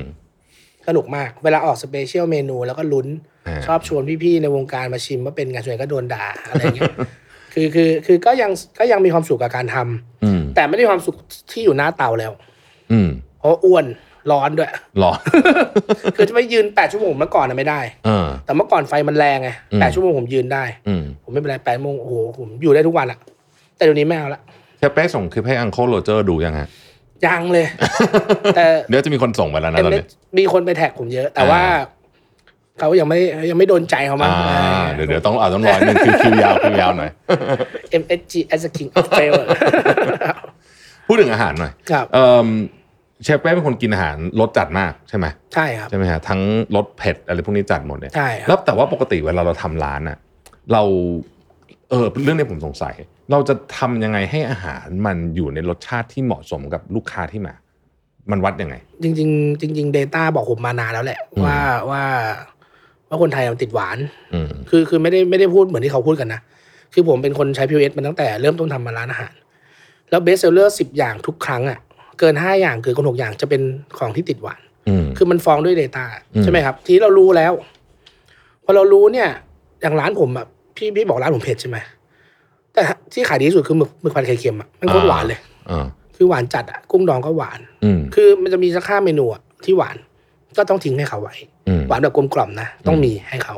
สนุกมาก เวลาออกสเปเชียลเมนูแล้วก็ลุ้น
อ่า
ชอบชวนพี่ๆ ในวงการมาชิมว่าเป็นไงส่วนใหญ่ก็โดนด่าอะไรเงี้ย [laughs] คือคือคือก็ยังก็ยังมีความสุขกับการทำ
อืม
แต่ไม่ได้ความสุขที่อยู่หน้าเตาแล้ว
อืม
เพราะอ้วนร้อนด้วย [laughs]
หรอ
คือจะไปยืน 8 ชั่วโมงเมื่อก่อนนะไม่ได้
เออ
แต่เมื่อก่อนไฟมันแรงไง
อืม
แปดชั่วโมงผมยืนได้
อืม
ผมไม่เป็นไรแปดโมงโอ้โหผมอยู่ได้ทุกวันละแต่เดี๋ยวนี้ไม่เอาละ
เชฟเป้ส่งคลิปให้อังโคโรเจอร์ดูยังฮะ
ยังเลย
[laughs]
แต่
เดี๋ยวจะมีคนส่งมาแล้วนะตอนนี้
มีคนไปแท็กผมเยอะ แต่ว่า
อ่า
เขายังไม่ยังไม่โดนใจเขามั้
อ่าง เดี๋ยวเดี๋ยวต้องเอาต้องรอหนึ่งคิวคิวยาวคิวยาวหน่อย
MSG as a king of fail
[laughs] พูดถึงอาหารหน่อย
ครับ
เอิ่มเชฟแป้เป็นคนกินอาหารรสจัดมากใช่ไหม
ใช่ครับ
ใช่ไหมฮะทั้งรสเผ็ดอะไรพวกนี้จัดหมดเนี่ย
ใช่ค
แล้
รับ
วแต่ว่าปกติเวลาเราทำร้านอะเราเออเรื่องนี้ผมสงสัย เราจะทำยังไงให้อาหารมันอยู่ในรสชาติที่เหมาะสมกับลูกค้าที่มา มันวัดยังไง
จริง ๆ จริง ๆ Data บอกผมมานานแล้วแหละ
อืม
ว่าว่าว่าคนไทยมันติดหวาน
อืม
คือคือไม่ได้ไม่ได้พูดเหมือนที่เขาพูดกันนะ คือผมเป็นคนใช้ POS มาตั้งแต่เริ่มต้นทำมาร้านอาหาร แล้วเบสเซลเลอร์สิบอย่างทุกครั้งอ่ะเกินห้าอย่างเกินหกอย่างจะเป็นของที่ติดหวาน
อืม
คือมันฟ้องด้วย Data
อืม
ใช่ไหมครับ ที่เรารู้แล้ว พอเรารู้เนี่ย อย่างร้านผมอะพี่พี่บอกร้านผมเผ็ดใช่ไหมแต่ที่ขายดีที่สุดคือหมึกหมึกผัดไข่เค็มอะมันโคตรหวานเลย
อ่า
คือหวานจัดอะกุ้งดองก็หวาน
อืม
คือมันจะมีสักห้าเมนูอะที่หวาน ก็ต้องทิ้งให้เขาไว้
อืม
หวานแบบกลมกล่อมนะ ต้องมีให้เขา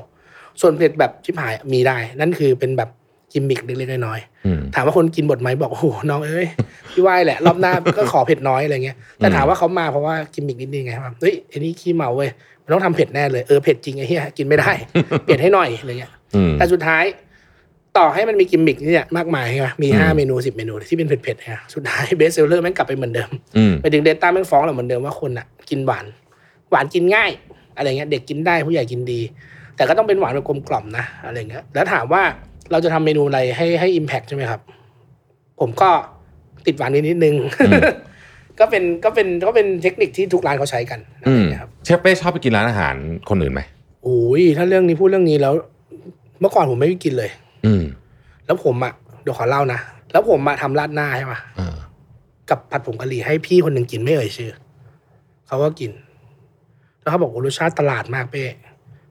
ส่วนเผ็ดแบบชิบหายมีได้ นั่นคือเป็นแบบกิมมิคเล็กๆน้อย
อืม
ๆถามว่าคนกินบทไหมบอกโอ้โหน้องเอ้ยพี่ว่ายแหละ รอบหน้า ก็ขอเผ็ดน้อยอะไรเงี้ยแต่ถามว่าเขามาเพราะว่ากิมมิคนิดนึงไงครับเฮ้ยไอ้นี่ขี้เมาเว้ยมันต้องทำเผ็ดแน่เลยเออเผ็ดจริงไอ้เหี้ยกินไม่ได้ เปลี่ยนให้หน่อยอะไรเงี้ย
อืม
แต่สุดท้าย ต่อให้มันมีกิมมิคเนี่ยมากมายใช่ไหมมีห้า
อืม
เมนูสิบเมนูที่เป็นเผ็ดๆนะสุดท้ายเบสเซลเลอร์แม่งกลับไปเหมือนเดิม
อืม
ไปดึง Data แม่งฟ้องเราเหมือนเดิมว่าคนอ่ะ กินหวาน หวานกินง่าย อะไรเงี้ยเด็กกินได้ผู้ใหญ่กินดี แต่ก็ต้องเป็นหวานแบบกลมกล่อมนะอะไรเงี้ยแล้วถามว่าเราจะทำเมนูอะไรให้ให้อิมแพกใช่ไหมครับ ผมก็ติดหวานนิดนิดนึง
อืม
[laughs] ก็เป็นก็เป็นก็เป็นเทคนิคที่ทุกร้านเขาใช้กันนะ
อื
ไร
ม
เงี้ยครับ
เชฟเป้ชอบไปกินร้านอาหารคนอื่นไหม
โอ้ยถ้าเรื่องนี้พูดเรื่องนี้แล้ว เมื่อก่อนผมไม่ได้กินเลย
อืม
แล้วผมอ่ะเดี๋ยวขอเล่านะแล้วผมมาทำราดหน้าใช่ปะ
อ่า
กับผัดผงกะหรี่ให้พี่คนหนึ่งกินไม่เอ่ยชื่อ เขาก็กิน แล้วเขาบอกโอ้รสชาติตลาดมากเป้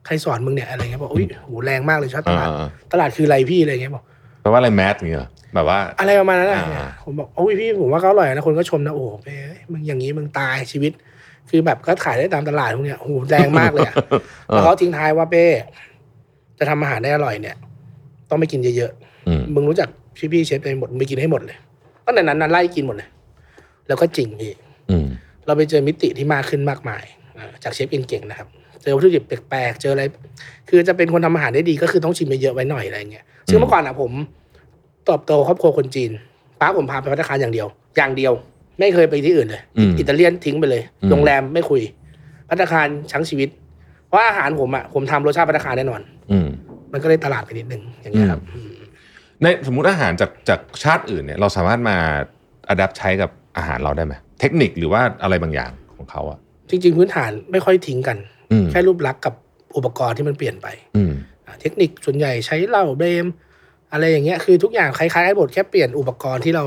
ใครสอนมึงเนี่ยอะไรเงี้ยบอกอุ้ยโหแรงมากเลยรสชาติตลาด
อ่า
ตลาดคืออะไรพี่อะไรเงี้ยบอก
แปลว่าอะไรแมสเงี้ยเหรอแบบว่า
อะไรประมาณนั้นอะ
อ่า
ผมบอกโอ้ยพี่ผมว่าเขาอร่อยนะคนก็ชมนะโอ้โหเป้มึงอย่างนี้มึงตายชีวิต คือแบบก็ขายได้ตามตลาดพวกเนี้ยโอ้โหแรงมากเลยอะแล้วเขาทิ้งท้ายว่าเป้จะทำอาหารได้อร่อยเนี่ย ต้องไม่กินเยอะๆ
อืม
มึงรู้จักพี่พี่ๆเชฟไปหมดมึงไปกินให้หมดเลยตั้งแต่นั้นนั้นไล่กินหมดเลย แล้วก็จริงพี่
อืม
เราไปเจอมิติที่มากขึ้นมากมายอ่าจากเชฟเก่งๆนะครับ เจอวัตถุดิบแปลกๆเจออะไร คือจะเป็นคนทำอาหารได้ดีก็คือต้องชิมเยอะๆไว้หน่อยอะไรเงี้ยซึ่งเมื่อก่อนอ่ะผมเตอบโตครอบครัวคนจีนป้าผมพาไปพัตตาคารอย่างเดียว อย่างเดียว ไม่เคยไปที่อื่นเลย
อืม
อิตาเลียนทิ้งไปเลย
อืม
โรงแรมไม่คุยพัตตาคารชั้งชีวิต เพราะอาหารผมอ่ะผมทำรสชาติพัตตาคารแน่นอน
อืม
มันก็เลยตลาดไปนิดนึงอย่างเงี้ยครับอืม
ในสมมติอาหารจากจากชาติอื่นเนี่ย เราสามารถมาอัดแอปใช้กับอาหารเราได้ไหมเทคนิคหรือว่าอะไรบางอย่างของเขาอ่ะ
จริงๆ พื้นฐานไม่ค่อยทิ้งกัน
อืม
แค่รูปลักษณ์กับอุปกรณ์ที่มันเปลี่ยนไป
อืม
อ่ะเทคนิคส่วนใหญ่ใช้เหล้าเบรม อะไรอย่างเงี้ยคือทุกอย่างคล้ายๆกันหมดแค่เปลี่ยนอุปกรณ์ที่เรา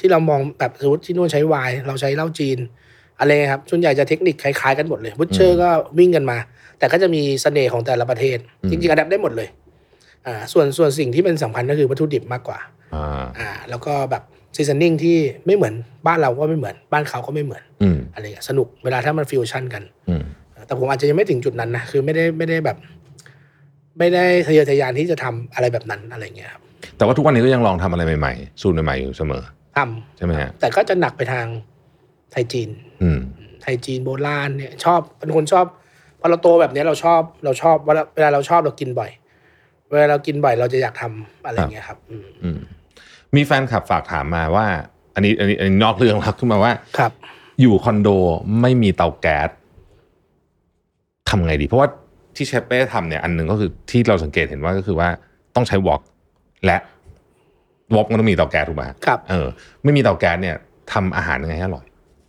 ที่เรามองแบบสมมติที่นู่นใช้ไวน์เราใช้เหล้าจีน อะไรครับส่วนใหญ่จะเทคนิคคล้ายๆกันหมดเลยบุชเชอร์ก็วิ่งกันมา แต่ก็จะมีเสน่ห์ของแต่ละประเทศ จริงๆอัดแอได้หมดเลยอ่าส่วนส่วนสิ่งที่เป็นสำคัญก็คือวัตถุดิบมากกว่า
อ่า
อ่า แล้วก็แบบซีซันนิ่งที่ไม่เหมือนบ้านเราก็ไม่เหมือน บ้านเขาก็ไม่เหมือน
อืม
อะไรอย่างเงี้ยสนุกเวลาถ้ามันฟิวชั่นกัน
อืม
แต่ผมอาจจะยังไม่ถึงจุดนั้นนะคือไม่ได้ไม่ได้แบบ ไม่ได้ทะเยอทะยานที่จะทำอะไรแบบนั้นอะไรเงี้ยครับ
แต่ว่าทุกวันนี้ก็ยังลองทำอะไรใหม่ๆ สูตรใหม่ๆอยู่เสมอ
ท
ใช่ไหมฮะ
ำแต่ก็จะหนักไปทางไทยจีน
อืม
ไทยจีนโบราณเนี่ยชอบเป็นคนชอบพอเราโตแบบเนี้ยเราชอบเราชอบเวลาเวลาเราชอบเรากินบ่อย เวลาเรากินบ่อยเราจะอยากทำอะไรเงี้ยครับอืม
อืม มีแฟนคลับฝากถามมาว่า อันนี้อันนี้อันนี้นอกเรื่องแล้วขึ้นมาว่า
ครับ
อยู่คอนโดไม่มีเตาแก๊สทำไงดี เพราะว่าที่เชฟเป้ทำเนี่ยอันหนึ่งก็คือที่เราสังเกตเห็นว่าก็คือว่าต้องใช้วอล์กและวอล์กมันต้องมีเตาแก๊สถูกไหม
ครับ
เออ ไม่มีเตาแก๊สเนี่ยทำอาหารยังไงให้อร่อย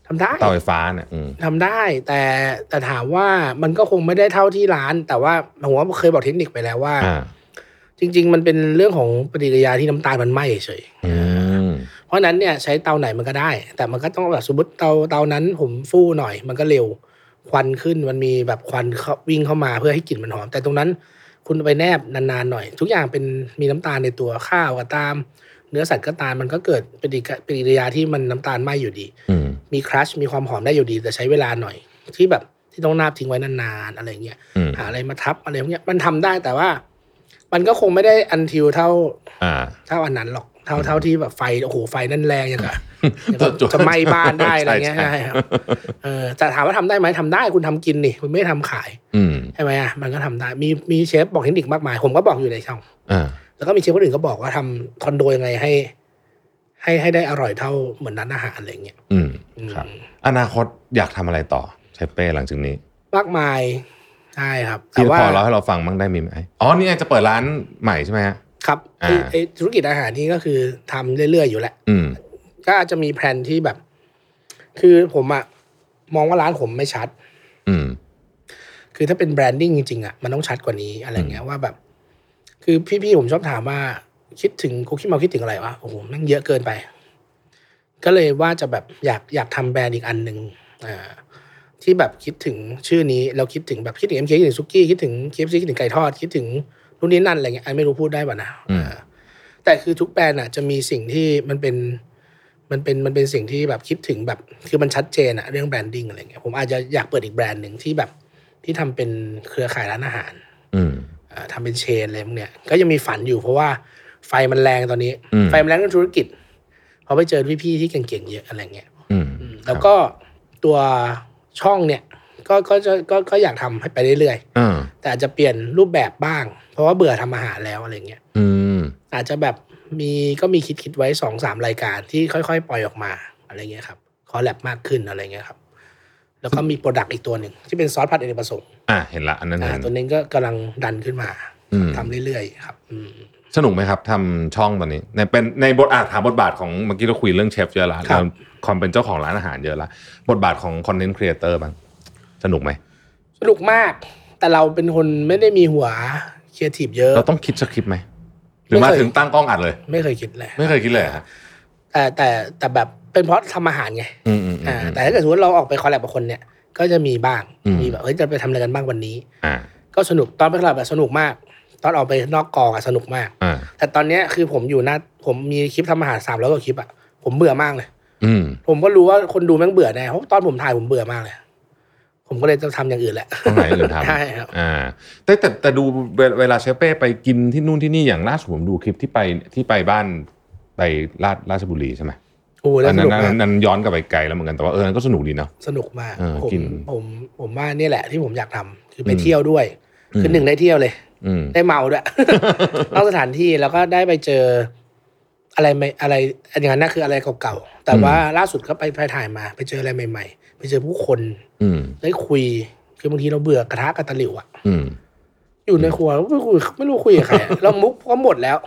ทำได้
เตาไฟฟ้าเนี่ยอืม
ทำได้แต่แต่ถามว่ามันก็คงไม่ได้เท่าที่ร้าน แต่ว่าผมว่าเคยบอกเทคนิคไปแล้วว่า
อ่า
จริง ๆ มันเป็นเรื่องของปฏิกิริยาที่น้ำตาลมันไหม้เฉย
อืม
เพราะฉะนั้นเนี่ยใช้เตาไหนมันก็ได้ แต่มันก็ต้องแบบสมมติเตาเตานั้นผมฟู่หน่อย มันก็เร็วควันขึ้นมันมีแบบควันเข้าวิ่งเข้ามาเพื่อให้กลิ่นมันหอม แต่ตรงนั้นคุณไปแนบนานๆหน่อย ทุกอย่างเป็นมีน้ำตาลในตัวข้าวก็ตาม เนื้อสัตว์ก็ตามมันก็เกิดปฏิกิปฏิกิริยาที่มันน้ำตาลไหมอยู่ดี
อืม
มีครัชมีความหอมได้อยู่ดี แต่ใช้เวลาหน่อย ที่แบบที่ต้องนาบทิ้งไว้นานๆอะไรเงี้ย
อืม
หาอะไรมาทับอะไรพวกเนี้ยมันทำได้แต่ว่า มันก็คงไม่ได้อันทิวเท่า
อ่า
เท่าอันนั้นหรอก เท่าเท่าที่แบบไฟโอ้โหไฟนั่นแรงอย่าง
[laughs]
กับอย่างกับ
จะจุด
จะไหม้บ้านได้อะไรเงี้ย
ใช่
ใช่
ใช่
ครับเออแต่ถามว่าทำได้ไหมทำได้คุณทำกินนี่คุณไม่ได้ทำขาย
อืม
ใช่ไหมอ่ะมันก็ทำได้มีมีเชฟบอกเทคนิคมากมาย ผมก็บอกอยู่ในช่อง
อ่า
แล้วก็มีเชฟคนอื่นก็บอกว่าทำคอนโดยังไงให้ ให้ให้ได้อร่อยเท่าเหมือนร้านอาหารอะไรเงี้ย
อืม
อืม
ครับ อนาคตอยากทำอะไรต่อเชฟเป้หลังจากนี้
มากมายใช่ครับ
ที่
ว่า
พอเราให้เราฟังบ้างได้มีไหมอ๋อนี่ไงจะเปิดร้านใหม่ใช่ไหมฮะ
ครับ
อ่า
ไอ้ไอ้ธุรกิจอาหารนี่ก็คือทำเรื่อยๆอยู่แหละ
อืม
ก็อาจจะมีแผนที่แบบ คือผมอะมองว่าร้านผมไม่ชัด
อืม
คือถ้าเป็นแบรนดิ้งจริงๆอะมันต้องชัดกว่านี้อะไรเงี้ยว่าแบบ คือพี่ๆผมชอบถามว่า คิดถึงคุกกี้มาคิดถึงอะไรวะโอ้โหแมันเยอะเกินไป ก็เลยว่าจะแบบอยากอยากทำแบรนด์อีกอันหนึ่งอ่าที่แบบคิดถึงชื่อนี้เราคิดถึงแบบคิดถึงเอ็มเคคิดถึงซุกี้คิดถึงเคฟซีคิดถึงไก่ทอดคิดถึงนู่นนี่นั่นอะไรเงี้ยไอ้ไม่รู้พูดได้ป่ะนะ
อืม
อ่าแต่คือทุกแบรนด์อะจะมีสิ่งที่มันเป็น มันเป็นมันเป็นสิ่งที่แบบคิดถึงแบบคือมันชัดเจนอะเรื่องแบรนดิ้งอะไรเงี้ยผมอาจจะอยากเปิดอีกแบรนด์หนึ่งที่แบบที่ทำเป็นเครือข่ายร้านอาหาร
อืม
เอ่อทำเป็นเชนอะไรพวกเนี้ยก็ยังมีฝันอยู่เพราะว่าไฟมันแรงตอนนี้
อืม
ไฟมันแรงเรื่องธุรกิจเพอไปเจอพี่ๆที่เก่งๆเยอะอะไรเงี้ย
อืม
อืมแล้วก็ตัวช่องเนี่ยก็ก็จะก็ก็อยากทำให้ไปเรื่อย
อ่า
ๆแต่อาจจะเปลี่ยนรูปแบบบ้าง เพราะว่าเบื่อทำอาหารแล้วอะไรเงี้ย
อืม
อาจจะแบบมีก็มีคิดคิดไว้สองสามรายการที่ค่อยๆ ปล่อยออกมาอะไรเงี้ยครับคอลแลบมากขึ้นอะไรเงี้ยครับแล้วก็มีโปรดักต์อีกตัวหนึ่งที่เป็นซอสผัดเอเนกประสงค์
อ่ะเห็นละอันนั้น
อ่า
เห็น
ตัวนี้ก็กำลังดันขึ้นมา
อืม
ทำเรื่อยๆครับอืม
สนุกไหมครับทำช่องตอนนี้ในเป็นในบทอาจถามบทบาทของเมื่อกี้เราคุยเรื่องเชฟเยอะละ
ครับ
เราความเป็นเจ้าของร้านอาหารเยอะละบทบาทของคอนเทนต์ครีเอเตอร์บ้างสนุกไหม
สนุกมาก แต่เราเป็นคนไม่ได้มีหัวเคียร์ทีฟเยอะ
เราต้องคิดสคริปต์ไหม หรือมา
ไม่เคย
ถึงตั้งกล้องอัดเลย
ไม่เคยคิดเลย
ไม่เคยคิดเลยฮะ
แต่แต่แต่แบบเป็นเพราะทำอาหารไง
อืมอืมอื
อ่าม แต่ถ้าเกิดสมมติเราออกไปคอลแลบกับคนเนี่ย ก็จะมีบ้าง
อืม
มีแบบเฮ้ยจะไปทำอะไรกันบ้างวันนี้
อ่า
ก็สนุกตอนไปคอลแลบแบบสนุกมาก ตอนออกไปนอกกองอะสนุกมาก
อ่า
แต่ตอนเนี้ยคือผมอยู่หน้าผมมีคลิปทำอาหารสามร้อยกว่าคลิปอะผมเบื่อมากเลย
อืม
ผมก็รู้ว่าคนดูแม่งเบื่อแน่เพราะตอนผมถ่ายผมเบื่อมากเลย ผมก็เลยจะทำอย่างอื่นแหละ
ต้องไหนอื่นทำ
ใช่ครับ
อ่าแต่แต่แต่ดูเวเวลาเชฟเป้ไปกินที่นู่นที่นี่อย่างล่าสุดผมดูคลิปที่ไปที่ไปบ้านไปลาดราชบุรีใช่ไหม
โอ้โหแล้ว
อัน
ส
นั้
นุ
น
ก
อัน
มาก
นั้นอันนั้นย้อนกลับไปไกลแล้วเหมือนกันแต่ว่าเออนั้นก็สนุกดีเนาะ
สนุกมาก
เออ
ผม
กิน
ผมผมว่านี่แหละที่ผมอยากทำคือไป
อืม
เที่ยวด้วย คือ
ม
หนึ่งได้เที่ยวเลย
อืม
ได้เมาด้วย นอกสถานที่แล้วก็ได้ไปเจอ อะไรไม่อะไรอันอย่างนั้นน่ะคืออะไรเก่าๆแต่
อืม
ว่าล่าสุดก็ไปไปถ่ายมา ไปเจออะไรใหม่ๆ ไปเจอผู้คน
อืม
ได้คุย คือบางทีเราเบื่อกระทะกระตะหลิวอะ
อืม
อยู่ในครัวแล้วไม่คุยไม่รู้คุยกับใครอะ [laughs] เรามุกก็หมดแล้ว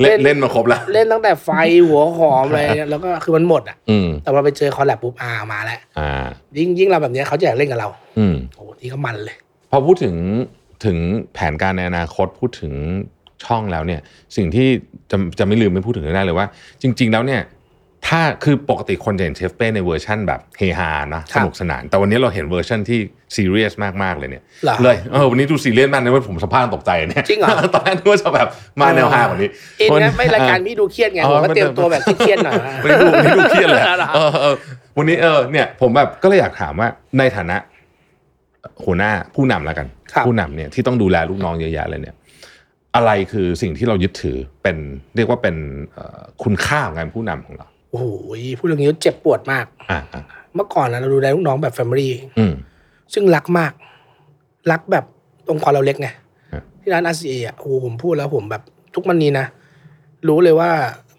เล่น
เล่น
เล่นมาครบแล้ว
เล่นตั้งแต่ไฟหัวหอมอะไรเนี่ยแล้วก็คือมันหมดอะ
อืม
แต่พอไปเจอคอลแลบปุ๊บอามาแล้ว
อ่า
ยิ่งยิ่งเราแบบเนี้ยเขาจะอยากเล่นกับเรา
อืม
โอ้โหนี่ก็มันเลย
พอพูดถึงถึงแผนการในอนาคตพูดถึงช่องแล้วเนี่ย สิ่งที่จะจะไม่ลืมไม่พูดถึงไม่ได้เลยว่า จริง ๆ แล้วเนี่ย ถ้าคือปกติคนจะเห็นเชฟเป้ในเวอร์ชั่นแบบเฮฮานะ
ค
ส
รับ
นุกสนาน แต่วันนี้เราเห็นเวอร์ชั่นที่ซีเรียสมาก ๆ เลยเนี่ย
หรอ
เลยเออวันนี้ดูซีเรียสมากเลยว่าผมสัมภาษณ์ตกใจเนี่ย
จริงเหรอ
ตอนแรกนึกว่าจะแบบมาแนวฮากว่านี้
อินนะไม่รายการพี่ดูเครียดไง
อ๋อ
ผมก็
มัน
เตรียมตัวแบบเครียดๆห [laughs] น่อยนะ
วันนี้ดูวันนี้ดูเครียดเลย
อะไร
เออเออวันนี้เออเนี่ยผมแบบก็เลยอยากถามว่าในฐานะหัวหน้าผู้นำแล้วกัน
ครับ
ผู้นำเนี่ยที่ต้องดูแลลูกน้องเยอะแยะเลยเนี่ย อะไรคือสิ่งที่เรายึดถือเป็นเรียกว่าเป็นเอ่อคุณค่าของการเป็นผู้นำของเรา
โอ้โหพูดเรื่องนี้เจ็บปวดมาก
อ่าอ่า
เมื่อก่อนนะเราดูแลลูกน้องแบบแฟมิลี่
อืม
ซึ่งรักมาก รักแบบองค์กรเราเล็กไง
ครับ
ที่ร้านอาซีอ่ะโอ้โหผมพูดแล้วผมแบบทุกวันนี้นะ รู้เลยว่า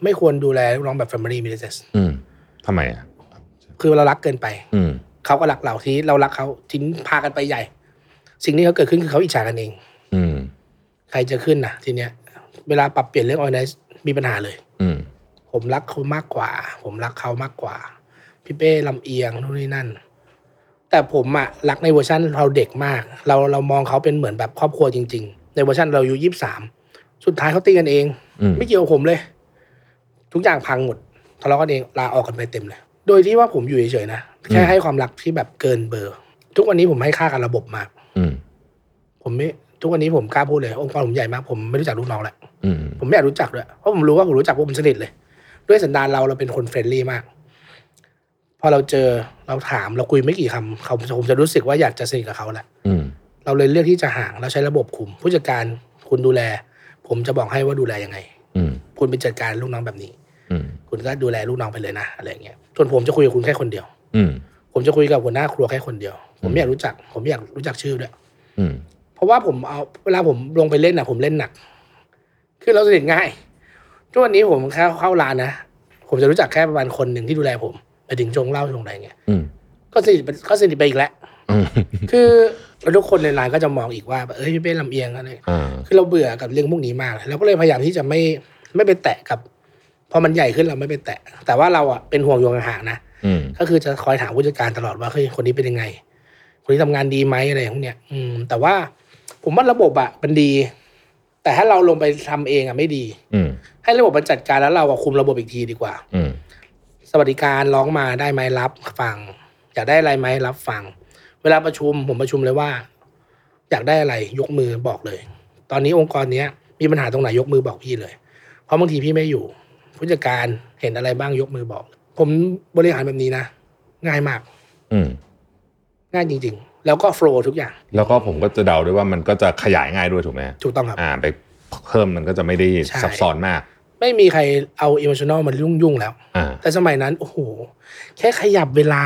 ไม่ควรดูแลลูกน้องแบบแฟมิลี่มิเตส
อืมทำไมอ่ะ
คือเรารักเกินไป
อืม
เขาก็รักเราทีนี้เรารักเขาทิ้งพากันไปใหญ่ สิ่งที่เขาเกิดขึ้นคือเขาอิจฉากันเอง
อืม
ใครจะขึ้นนะทีเนี้ย เวลาปรับเปลี่ยนเรื่องออนไลน์มีปัญหาเลย
อืม
ผมรักเขามากกว่า ผมรักเขามากกว่า พี่เป้ลำเอียงนู่นนี่นั่น แต่ผมอะรักในเวอร์ชันเราเด็กมาก เราเรามองเขาเป็นเหมือนแบบครอบครัวจริง ๆ ในเวอร์ชันเราอายู่ยี่สามสุดท้ายเขาตีกันเอง
อืม
ไม่เกี่ยวกับผมเลย ทุกอย่างพังหมดทะเลาะกันเองลาออกกันไปเต็มเลย โดยที่ว่าผมอยู่เฉยๆนะแค่ให้ความรักที่แบบเกินเบอร์ ทุกวันนี้ผมให้ค่ากับระบบมาก
อืม
ผมไม่ทุกวันนี้ผมกล้าพูดเลยองค์กรผมใหญ่มากผมไม่รู้จักลูกน้องแล้ว
อืม
ผมไม่อยากรู้จักด้วยเพราะผมรู้ว่าผมรู้จักพวกมันสนิทเลย ด้วยสันดานเราเราเป็นคนเฟรนลี่มาก พอเราเจอเราถามเราคุยไม่กี่คำเขาผมจะรู้สึกว่าอยากจะสนิทกับเขาแหละ
อืม
เราเลยเลือกที่จะห่างเราใช้ระบบคุม ผู้จัดการคุณดูแล ผมจะบอกให้ว่าดูแลยังไง
อืม
คุณไปจัดการลูกน้องแบบนี้
อืม
คุณก็ดูแลลูกน้องไปเลยนะอะไรอย่างเงี้ยส่วนผมจะคุยกับคุณแค่คนเดียว
อืม
ผมจะคุยกับหัวหน้าครัวแค่คนเดียว ผม
อืม
ไม่อยากรู้จัก ผมไม่อยากรู้จักชื่อด้วย
อืม
เพราะว่าผมเอาเวลาผมลงไปเล่นน่ะ ผมเล่นหนัก คือเราสนิทง่ายทุกวันนี้ผมเข้าเข้าร้านนะผมจะรู้จักแค่ประมาณคนหนึ่งที่ดูแลผมไปถึงชงเหล้าชงอะไรเงี้ย
อืม
ก็สนิทก็สนิทไปอีกแล้ว
อืม
คือทุกคนในร้านก็จะมองอีกว่าแบบเอ้ยพี่เป้ลำเอียงอะไร
อ่า
คือเราเบื่อกับเรื่องพวกนี้มากเลยเราก็เลยพยายามที่จะไม่ไม่ไปแตะกับ พอมันใหญ่ขึ้นเราไม่ไปแตะ แต่ว่าเราอะเป็นห่วงโยงห่างๆนะ
อืม
ก็คือจะคอยถามผู้จัดการตลอดว่าเฮ้ยคนนี้เป็นยังไง คนนี้ทำงานดีไหมอะไรพวกเนี้ยอืม แต่ว่าผมว่าระบบอะมันดี แต่ถ้าเราลงไปทำเองอะไม่ดี
อืม
ให้ระบบมันจัดการแล้วเราอะคุมระบบอีกทีดีกว่า
อืม
สวัสดิการร้องมาได้ไหมรับฟัง อยากได้อะไรไหมรับฟัง เวลาประชุมผมประชุมเลยว่า อยากได้อะไรยกมือบอกเลย ตอนนี้องค์กรเนี้ยมีปัญหาตรงไหนยกมือบอกพี่เลย เพราะบางทีพี่ไม่อยู่ผู้จัดการเห็นอะไรบ้างยกมือบอก ผมบริหารแบบนี้นะง่ายมาก
อืม
ง่ายจริง ๆ แล้วก็โฟล์ทุกอย่าง
แล้วก็ผมก็จะเดาด้วยว่ามันก็จะขยายง่ายด้วยถูกไหม
ถูกต้องครับ
อ่า ไปเพิ่มมันก็จะไม่ได้
ใช่
ซับซ้อนมาก
ไม่มีใครเอาอิม t ชั n น l ลมันยุ่งยุ่งๆแล้ว
อ่า
แต่สมัยนั้น โอ้โห แค่ขยับเวลา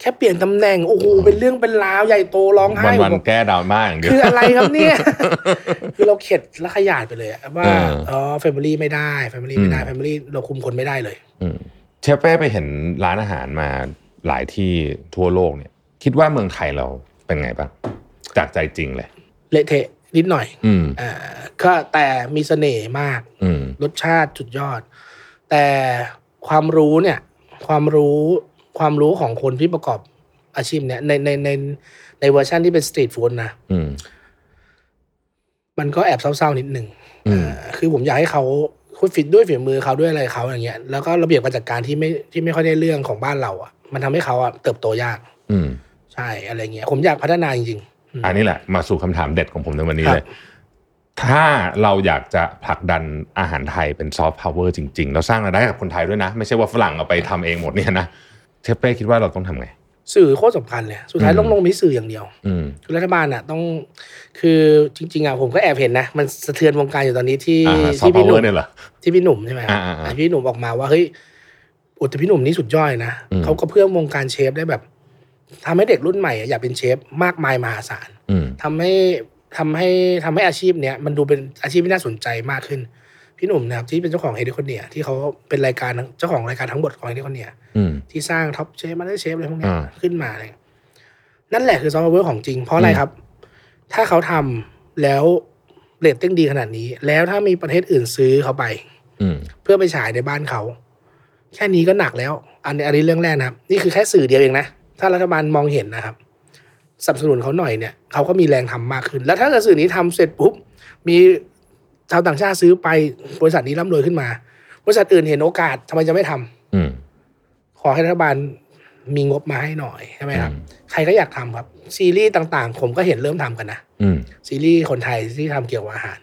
แค่เปลี่ยนตำแหน่ง โอ้โห เป็นเรื่องเป็นราวใหญ่โตร้องไห้
วัน
ผ
วัน
มบอก
ๆแก้ดราม่าอย่างเดียว
คืออะไรครับเนี่ย
[laughs]
คือเราเข็ดและขยาดไปเลยอะว่า
อ่า
อ๋อแฟมิลี่ไม่ได้แฟมิลี่ไม่ได้
อืม
แฟมิลี่เราคุมคนไม่ได้เลย
อืมเชฟเป้ไปเห็นร้านอาหารมาหลายที่ทั่วโลกเนี่ย คิดว่าเมืองไทยเราเป็นไงบ้าง จากใจจริงเลย
เละเทะนิดหน่อย
อืม
อ่าก็แต่มีเสน่ห์มาก
อืม
รสชาติสุดยอด แต่ความรู้เนี่ย ความรู้ความรู้ของคนที่ประกอบอาชีพเนี่ยในในในในเวอร์ชันที่เป็นสตรีทฟู้ดนะ
อืม
มันก็แอบเศร้าๆนิดหนึ่ง
อืม
เอ่อคือผมอยากให้เขาคุณฟิตด้วยฝีมือเขาด้วยอะไรเขาอย่างเงี้ยแล้วก็ระเบียบการจัดการที่ไม่ที่ไม่ค่อยได้เรื่องของบ้านเราอ่ะมันทำให้เขาอ่ะเติบโตยาก
อืม
ใช่อะไรเงี้ยผมอยากพัฒนาจริงๆอืม
อันนี้แหละมาสู่คำถามเด็ดของผมในวันนี้
ครับ
เลย ถ้าเราอยากจะผลักดันอาหารไทยเป็นซอฟต์พาวเวอร์จริง ๆ เราสร้างรายได้กับคนไทยด้วยนะ ไม่ใช่ว่าฝรั่งเอาไปทำเองหมดเนี่ยนะเชฟเป้คิดว่าเราต้องทำไง
สื่อโคตรสำคัญเลยสุดท้าย
อืม
ลงลงที่สื่ออย่างเดียว
อืม
คือรัฐบาลอ่ะต้องคือจริง ๆอ่ะผมก็แอบเห็นนะ มันสะเทือนวงการอยู่ตอนนี้ที่
อ่าซอฟ
ที่
ต์พา
พี่
ว
ห
เวอ
นุ่
ร์
ม
เนี่ยเหรอ
ที่พี่หนุ่มใช่ไหมครับ
อ่าๆๆ
อ่ะพี่หนุ่มออกมาว่าเฮ้ยโอุตพี่หนุ่มนี่สุดยอดเลยนะ
อืม
เขาก็เพื่อวงการเชฟได้แบบทำให้เด็กรุ่นใหม่อ่ะอยากเป็นเชฟมากมายมหาศาล
อืม
ทำให้ทำให้ทำให้อาชีพเนี้ยมันดูเป็นอาชีพที่น่าสนใจมากขึ้น พี่หนุ่มนะครับที่เป็นเจ้าของเฮดิคอนเนียที่เขาเป็นรายการเจ้าของรายการทั้งหมดของเฮดิคอนเนีย
อืม
ที่สร้างท็อปเชฟมาสเตอร์เชฟอะไรพวกเนี้ย
อ่า
ขึ้นมาเลยนั่นแหละคือซอฟต์แวร์ของจริง เพราะอะไร
อืม
ครับ ถ้าเขาทำแล้วเรตติ้งดีขนาดนี้ แล้วถ้ามีประเทศอื่นซื้อเขาไป
อืม
เพื่อไปฉายในบ้านเขา แค่นี้ก็หนักแล้ว อันนี้อันนี้เรื่องแรกนะครับ นี่คือแค่สื่อเดียวเองนะ ถ้ารัฐบาลมองเห็นนะครับสนับสนุนเขาหน่อยเนี่ยเขาก็มีแรงทำมากขึ้น แล้วถ้าเกิดสื่อนี้ทำเสร็จปุ๊บมีชาวต่างชาติซื้อไปบริษัทนี้ร่ำรวยขึ้นมาบริษัทอื่นเห็นโอกาสทำไมจะไม่ทำ
อืม
ขอให้รัฐบาลมีงบมาให้หน่อยใช่ไหมครับ
อืม
ใครก็อยากทำครับ ซีรีส์ต่างๆ ผมก็เห็นเริ่มทำกันนะ
อืม
ซีรีส์คนไทยที่ทำเกี่ยวกับอาหาร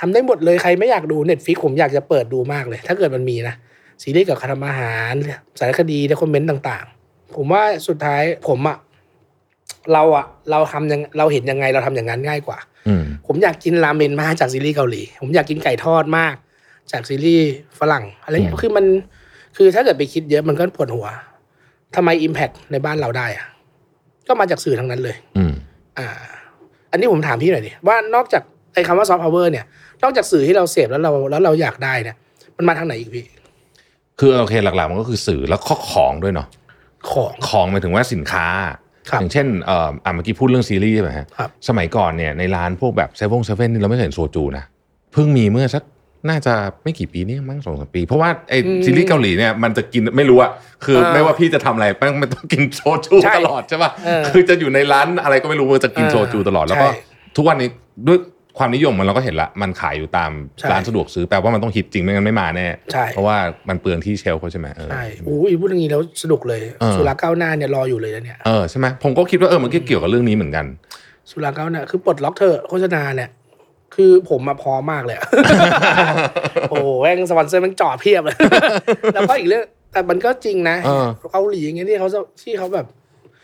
ทำได้หมดเลยใครไม่อยากดูเน็ตฟิกผมอยากจะเปิดดูมากเลย ถ้าเกิดมันมีนะ ซีรีส์เกี่ยวกับการทำอาหารสารคดีและคอมเมนต์ต่างๆ ผมว่าสุดท้ายผมอะเราอะเราทำยังเราเห็นยังไงเราทำอย่างนั้นง่ายกว่า
อืม
ผมอยากกินราเมนมากจากซีรีส์เกาหลี ผมอยากกินไก่ทอดมาก จากซีรีส์ฝรั่งอะไรเงี้
อื
ย
ม
คือมัน คือถ้าเกิดไปคิดเยอะมันก็ปวดหัวทำไม Impact ในบ้านเราได้อะก็มาจากสื่อทั้งนั้นเลย
อืม
อ่า อันนี้ผมถามพี่หน่อยดิว่านอกจากไอ้คำว่าซอฟต์พาวเวอร์เนี่ย นอกจากสื่อที่เราเสพแล้วเราแล้วเราอยากได้เนี่ย มันมาทางไหนอีกพี่
คือโอเคหลักๆ มันก็คือสื่อแล้วก็ของด้วยเนาะ
ของ
ของหมายถึงว่าสินค้า
ครับ
อย่างเช่นเอ่ออ่ะเมื่อกี้พูดเรื่องซีรีส์ใช่ไหมฮะ
ครับ
สมัยก่อนเนี่ยในร้านพวกแบบเซเว่นเซเว่นนี่เราไม่เคยเห็นโซจูนะ เพิ่งมีเมื่อสักน่าจะไม่กี่ปีนี่มั้งสองสามปี เพราะว่าไอซีรีส์เกาหลีเนี่ยมันจะกินไม่รู้อะคือ
เออ
ไม่ว่าพี่จะทำอะไรแป้งมันต้องกินโซจู
ใช่
ตลอดใช่ป่ะ
เออ
คือจะอยู่ในร้านอะไรก็ไม่รู้มันจะกินโซจูตลอดแล้วก็
ใช่
ทุกวันนี้ด้วยความนิยมมันเราก็เห็นละมันขายอยู่ตาม
ใช่
ร้านสะดวกซื้อแปลว่ามันต้องฮิตจริงไม่งั้นไม่มาแน่
ใช่
เพราะว่ามันเปลืองที่เชลฟ์เขาใช่ไหมเออ
ใช่อู้ยพูดอย่างนี้แล้วสนุกเลย
เออ
สุราก้าวหน้าเนี่ยรออยู่เลยนะเนี่ย
เออใช่ไหมผมก็คิดว่าเออมันก็เกี่ยวกับเรื่องนี้เหมือนกัน
สุราก้าวหน้าคือปลดล็อกเธอะโฆษณาเนี่ย คือผมมาพร้อมมากเลยอะ [laughs] โอ้โหแม่งสปอนเซอร์แม่งจ่อเพียบเลย [laughs] แล้วก็อีกเรื่อง แต่มันก็จริงนะ
เออ
เกาหลีอย่างเงี้ยที่เขาจะที่เขาแบบ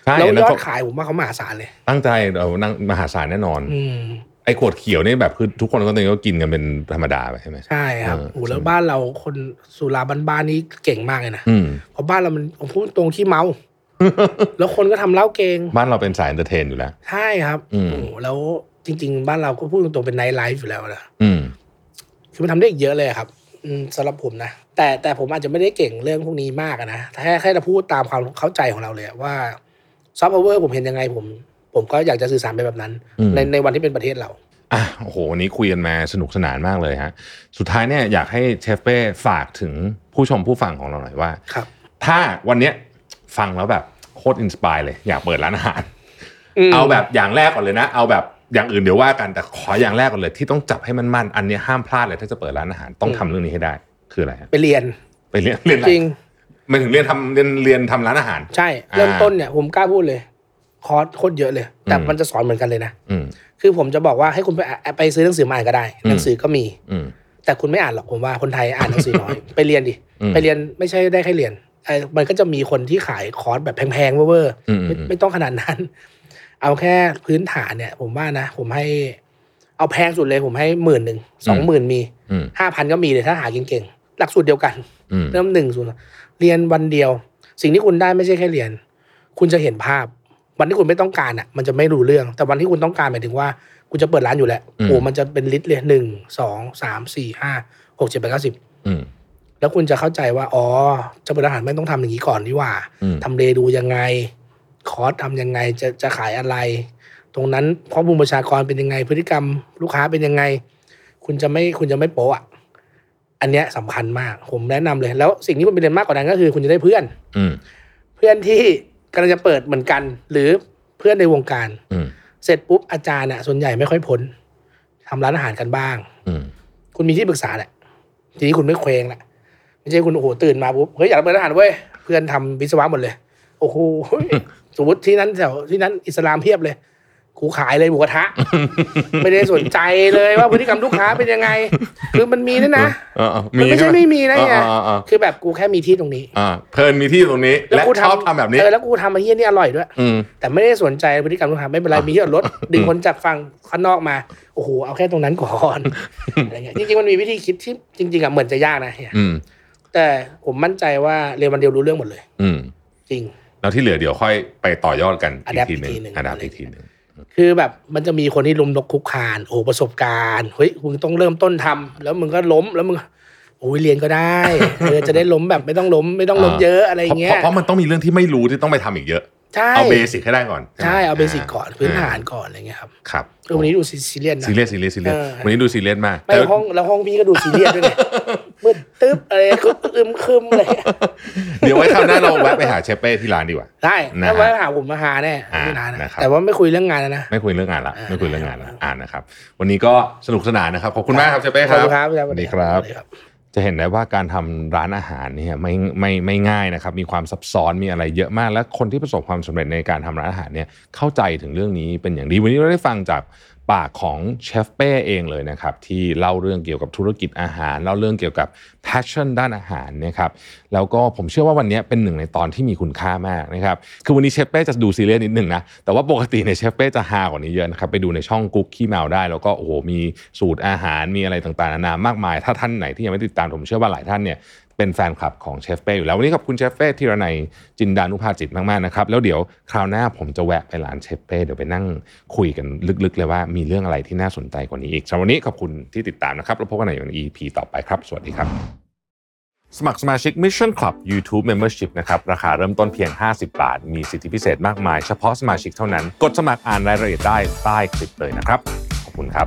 ใช่
แล้ว
อันนั้
ย
น
อด
เขา
ขายผมว่าเขามหาศาลเลย
ตั้งใจเรานั่งมหาศาลแน่นอน
อืม
ไอ้ขวดเขียวนี่แบบคือทุกคนก็ตอนนี้ก็กินกันเป็นธรรมดาไปใช่ไหม
ใช่ครับ
เออ
โอ้แล้ว
ใช่ไหม
บ้านเราคนสุราบ้านๆนี้เก่งมากเลยนะ
อืม
เพราะบ้านเรามันผมพูดตรง
[laughs]
ที่เมา แล้วคนก็ทำเหล้าเก่ง
บ้านเราเป็นสายเอนเตอร์เทนอยู่แล้ว
ใช่ครับ
อืม
โอ้แล้วจริง ๆ บ้านเราก็พูดตรงๆเป็นไนท์ไลฟ์อยู่แล้วนะ
อืม
คือมันทำได้อีกเยอะเลยครับอืมสำหรับผมนะ แต่แต่ผมอาจจะไม่ได้เก่งเรื่องพวกนี้มากอะนะแค่แค่จะพูดตามความเข้าใจของเราเลยอะว่าซอฟต์แวร์ผมเห็นยังไงผม ผมก็อยากจะสื่อสารไปแบบนั้น
อืม
ในในวันที่เป็นประเทศเรา
อ่ะโอ้โหวันนี้คุยกันมาสนุกสนานมากเลยฮะ สุดท้ายเนี่ยอยากให้เชฟเป้ฝากถึงผู้ชมผู้ฟังของเราหน่อยว่า
ครับ
ถ้าวันเนี้ยฟังแล้วแบบโคตรอินสปายเลย อยากเปิดร้านอาหาร
อืม
เอาแบบอย่างแรกก่อนเลยนะ เอาแบบอย่างอื่นเดี๋ยวว่ากันแต่ขออย่างแรกก่อนเลย ที่ต้องจับให้มันมั่นอันเนี้ยห้ามพลาดเลยถ้าจะเปิดร้านอาหารต้องทำเรื่องนี้ให้ได้ คืออะไรฮะ
ไปเรียน
ไปเรียนเรียนอะไร
จริง
หมายถึงเรียนทำเรียนเรียนทำร้านอาหาร
ใช่
อ่า
เริ่มต้นเนี่ยผมกล้าพูดเลย คอร์สโคตรเยอะเลย แต่
อืม
มันจะสอนเหมือนกันเลยนะ
อืม
คือผมจะบอกว่าให้คุณไปอ่ะไปซื้อหนังสือมาอ่านก็ได้
อืม
หนังสือก็มี
อืม
แต่คุณไม่อ่านหรอกผมว่าคนไทยอ่านหนังสือน้อย
[laughs]
ไปเรียนดิ
อืม
ไปเรียนไม่ใช่ได้แค่เรียนไอ้มันก็จะมีคนที่ขายคอร์สแบบแพงๆเวอร์ๆ
อืมอืม
ไม่ไม่ต้องขนาดนั้น [laughs] เอาแค่พื้นฐานเนี่ย ผมว่านะ ผมให้เอาแพงสุดเลย ผมให้หมื่นหนึ่งสองหมื่นมี
อืม
ห้าพันก็มีเลยถ้าหาเก่งๆ หลักสูตรเดียวกัน
อืม
เริ่มหนึ่งศูนย์เรียนวันเดียว สิ่งที่คุณได้ไม่ใช่แค่เรียน คุณจะเห็นภาพ วันที่คุณไม่ต้องการอ่ะ มันจะไม่รู้เรื่อง แต่วันที่คุณต้องการหมายถึงว่าคุณจะเปิดร้านอยู่แล้วโอ้มันจะเป็นลิตรเลยหนึ่งสองสามสี่ห้าหกเจ็ดแปดเก้าสิบ
อืม
แล้วคุณจะเข้าใจว่า อ๋อจะเปิดร้านอาหารไม่งต้องทำอย่างนี้ก่อนดีกว่า
อืม
ทำเลดูยังไง คอร์สทำยังไงจะจะขายอะไร ตรงนั้นข้อมูลประชากรเป็นยังไง พฤติกรรมลูกค้าเป็นยังไง คุณจะไม่คุณจะไม่โป๊ะอะอันเนี้ยสำคัญมาก ผมแนะนำเลย แล้วสิ่งที่มันเป็นเด่นมากกว่านั้นก็คือ คุณจะได้เพื่อน
อืม
เพื่อนที่กำลังจะเปิดเหมือนกัน หรือเพื่อนในวงการ
อืม
เสร็จปุ๊บอาจารย์น่ะส่วนใหญ่ไม่ค่อยพ้นทำร้านอาหารกันบ้าง
อืม
คุณมีที่ปรึกษาแหละทีนี้คุณไม่เคว้งละไม่ใช่คุณโอ้โหตื่นมาปุ๊บเฮ้ยอยากเปิดร้านอาหารเว้ยเพื่อนทำวิศวะหมดเลย โอ้โห สมมติที่นั้นแถวที่นั้นอิสลามเพียบเลยกูขายเลยหมูกระทะ ไม่ได้สนใจเลยว่าพฤติกรรมลูกค้าเป็นยังไง คือมันมีด้วยนะ
เออเออ
มันไม่ใช่
ห
ไม่มีนะ
เออ
เนี่ย
เออเออ
คือแบบกูแค่มีที่ตรงนี้
อ่าเพลินมีที่ตรงนี้ และ
กู
ชอบทำแบบนี้
เออแล้วกูทำไอ้เฮี้ยนี่อร่อยด้วย
อืม
แต่ไม่ได้สนใจพฤติกรรมลูกค้าไม่เป็นไรมีที่จอดรถ ดึงคนจากฝั่งข้างนอกมา โอ้โหเอาแค่ตรงนั้นก่อนอะไรเงี้ยจริงๆมันมีวิธีคิดที่จริง ๆอะเหมือนจะยากนะเฮีย
อืม
แต่ผมมั่นใจว่าเรียนวันเดียวรู้เรื่องหมดเลย
อืม
จริง
แล้วที่เหลือเดี๋ยวค่อยไปต่อยอดกันอีก
Adapt
ทีหนึ่
อีก
ง
ทีหนึ่ง
อันดับอีกทีหนึ่ง
คือแบบมันจะมีคนที่ล้มลกคุกคานโอ้ประสบการณ์เฮ้ยมึงต้องเริ่มต้นทำแล้วมึงก็ล้มแล้วมึงโอ้ยเรียนก็ได้เออจะได้ล้มแบบไม่ต้องล้มไม่ต้องล้มเยอะอะไร
เพราะ
เงี้ย
เพราะมันต้องมีเรื่องที่ไม่รู้ที่ต้องไปทำอีกเยอะ
ใช่
เอาเบสิกให้ได้ก่อน
ใช่เอาเบสิก
า
ก่อนพื้นฐานก่อนอะไรเงี้ยครับ
ครับ
เออวันนี้ดูซีเรียสนะ
ซีเรียสซีเรียสซีเรียส
เออ
วันนี้ดูซีเรียสมาก
ไม่
แต่
ห้องแล้วห้องพี่ก็ดูซีเรียสด้วยไง
[laughs]
มืดตึ๊บอะไรคึมอึมครึมเลย
เดี๋ยวไว้คราวหน้าเราแวะไปหาเชฟเป้ที่ร้านดีกว่า
ได้
นะฮะ
ถ้าว่าหาผมมาหาแน่
อ่า
ไม่นานนะ
นะครับ
แต่ว่าไม่คุยเรื่องงานแล้วนะ
ไม่คุยเรื่องงานละ
อ่า
ไม่คุยเรื่องงานละอ่านนะครับ วันนี้ก็สนุกสนานนะครับขอบคุณมากครับเชฟเป้
ข
ค
อบ
รับ
คุณครับ
สวัสดีครับ
สวัสดีครับ
จะเห็นได้ว่าการทำร้านอาหารเนี่ยไม่ไม่ไม่ง่ายนะครับ มีความซับซ้อนมีอะไรเยอะมาก และคนที่ประสบความสำเร็จในการทำร้านอาหารเนี่ยเข้าใจถึงเรื่องนี้เป็นอย่างดีวันนี้เราได้ฟังจากปากของเชฟเป้เองเลยนะครับที่เล่าเรื่องเกี่ยวกับธุรกิจอาหารเล่าเรื่องเกี่ยวกับ passion ด้านอาหารนะครับแล้วก็ผมเชื่อว่าวันนี้เป็นหนึ่งในตอนที่มีคุณค่ามากนะครับคือวันนี้เชฟเป้จะดูซีเรียสนิดหนึ่งนะแต่ว่าปกติเนี่ยเชฟเป้จะฮากว่านี้เยอะนะครับไปดูในช่องกุ๊กขี้เมาได้ แล้วก็โอ้โหมีสูตรอาหารมีอะไรต่างๆนานามากมาย ถ้าท่านไหนที่ยังไม่ติดตามผมเชื่อว่าหลายท่านเนี่ยเป็นแฟนคลับของเชฟเป้อยู่แล้ว วันนี้ขอบคุณเชฟเป้ที่ระในยจินดานุภาจิตมากๆนะครับแล้วเดี๋ยวคราวหน้าผมจะแวะไปร้านเชฟเป้เดี๋ยวไปนั่งคุยกันลึกๆเลยว่ามีเรื่องอะไรที่น่าสนใจกว่านี้อีกสำหรับวันนี้ขอบคุณที่ติดตามนะครับแล้วพบกันใหม่ใน EP ต่อไปครับ สวัสดีครับ สมัครสมาชิก Mission Club YouTube Membership นะครับ ราคาเริ่มต้นเพียง 50 บาท มีสิทธิพิเศษมากมาย เฉพาะสมาชิกเท่านั้น กดสมัครอ่านรายละเอียดได้ใต้คลิปเลยนะครับ ขอบคุณครับ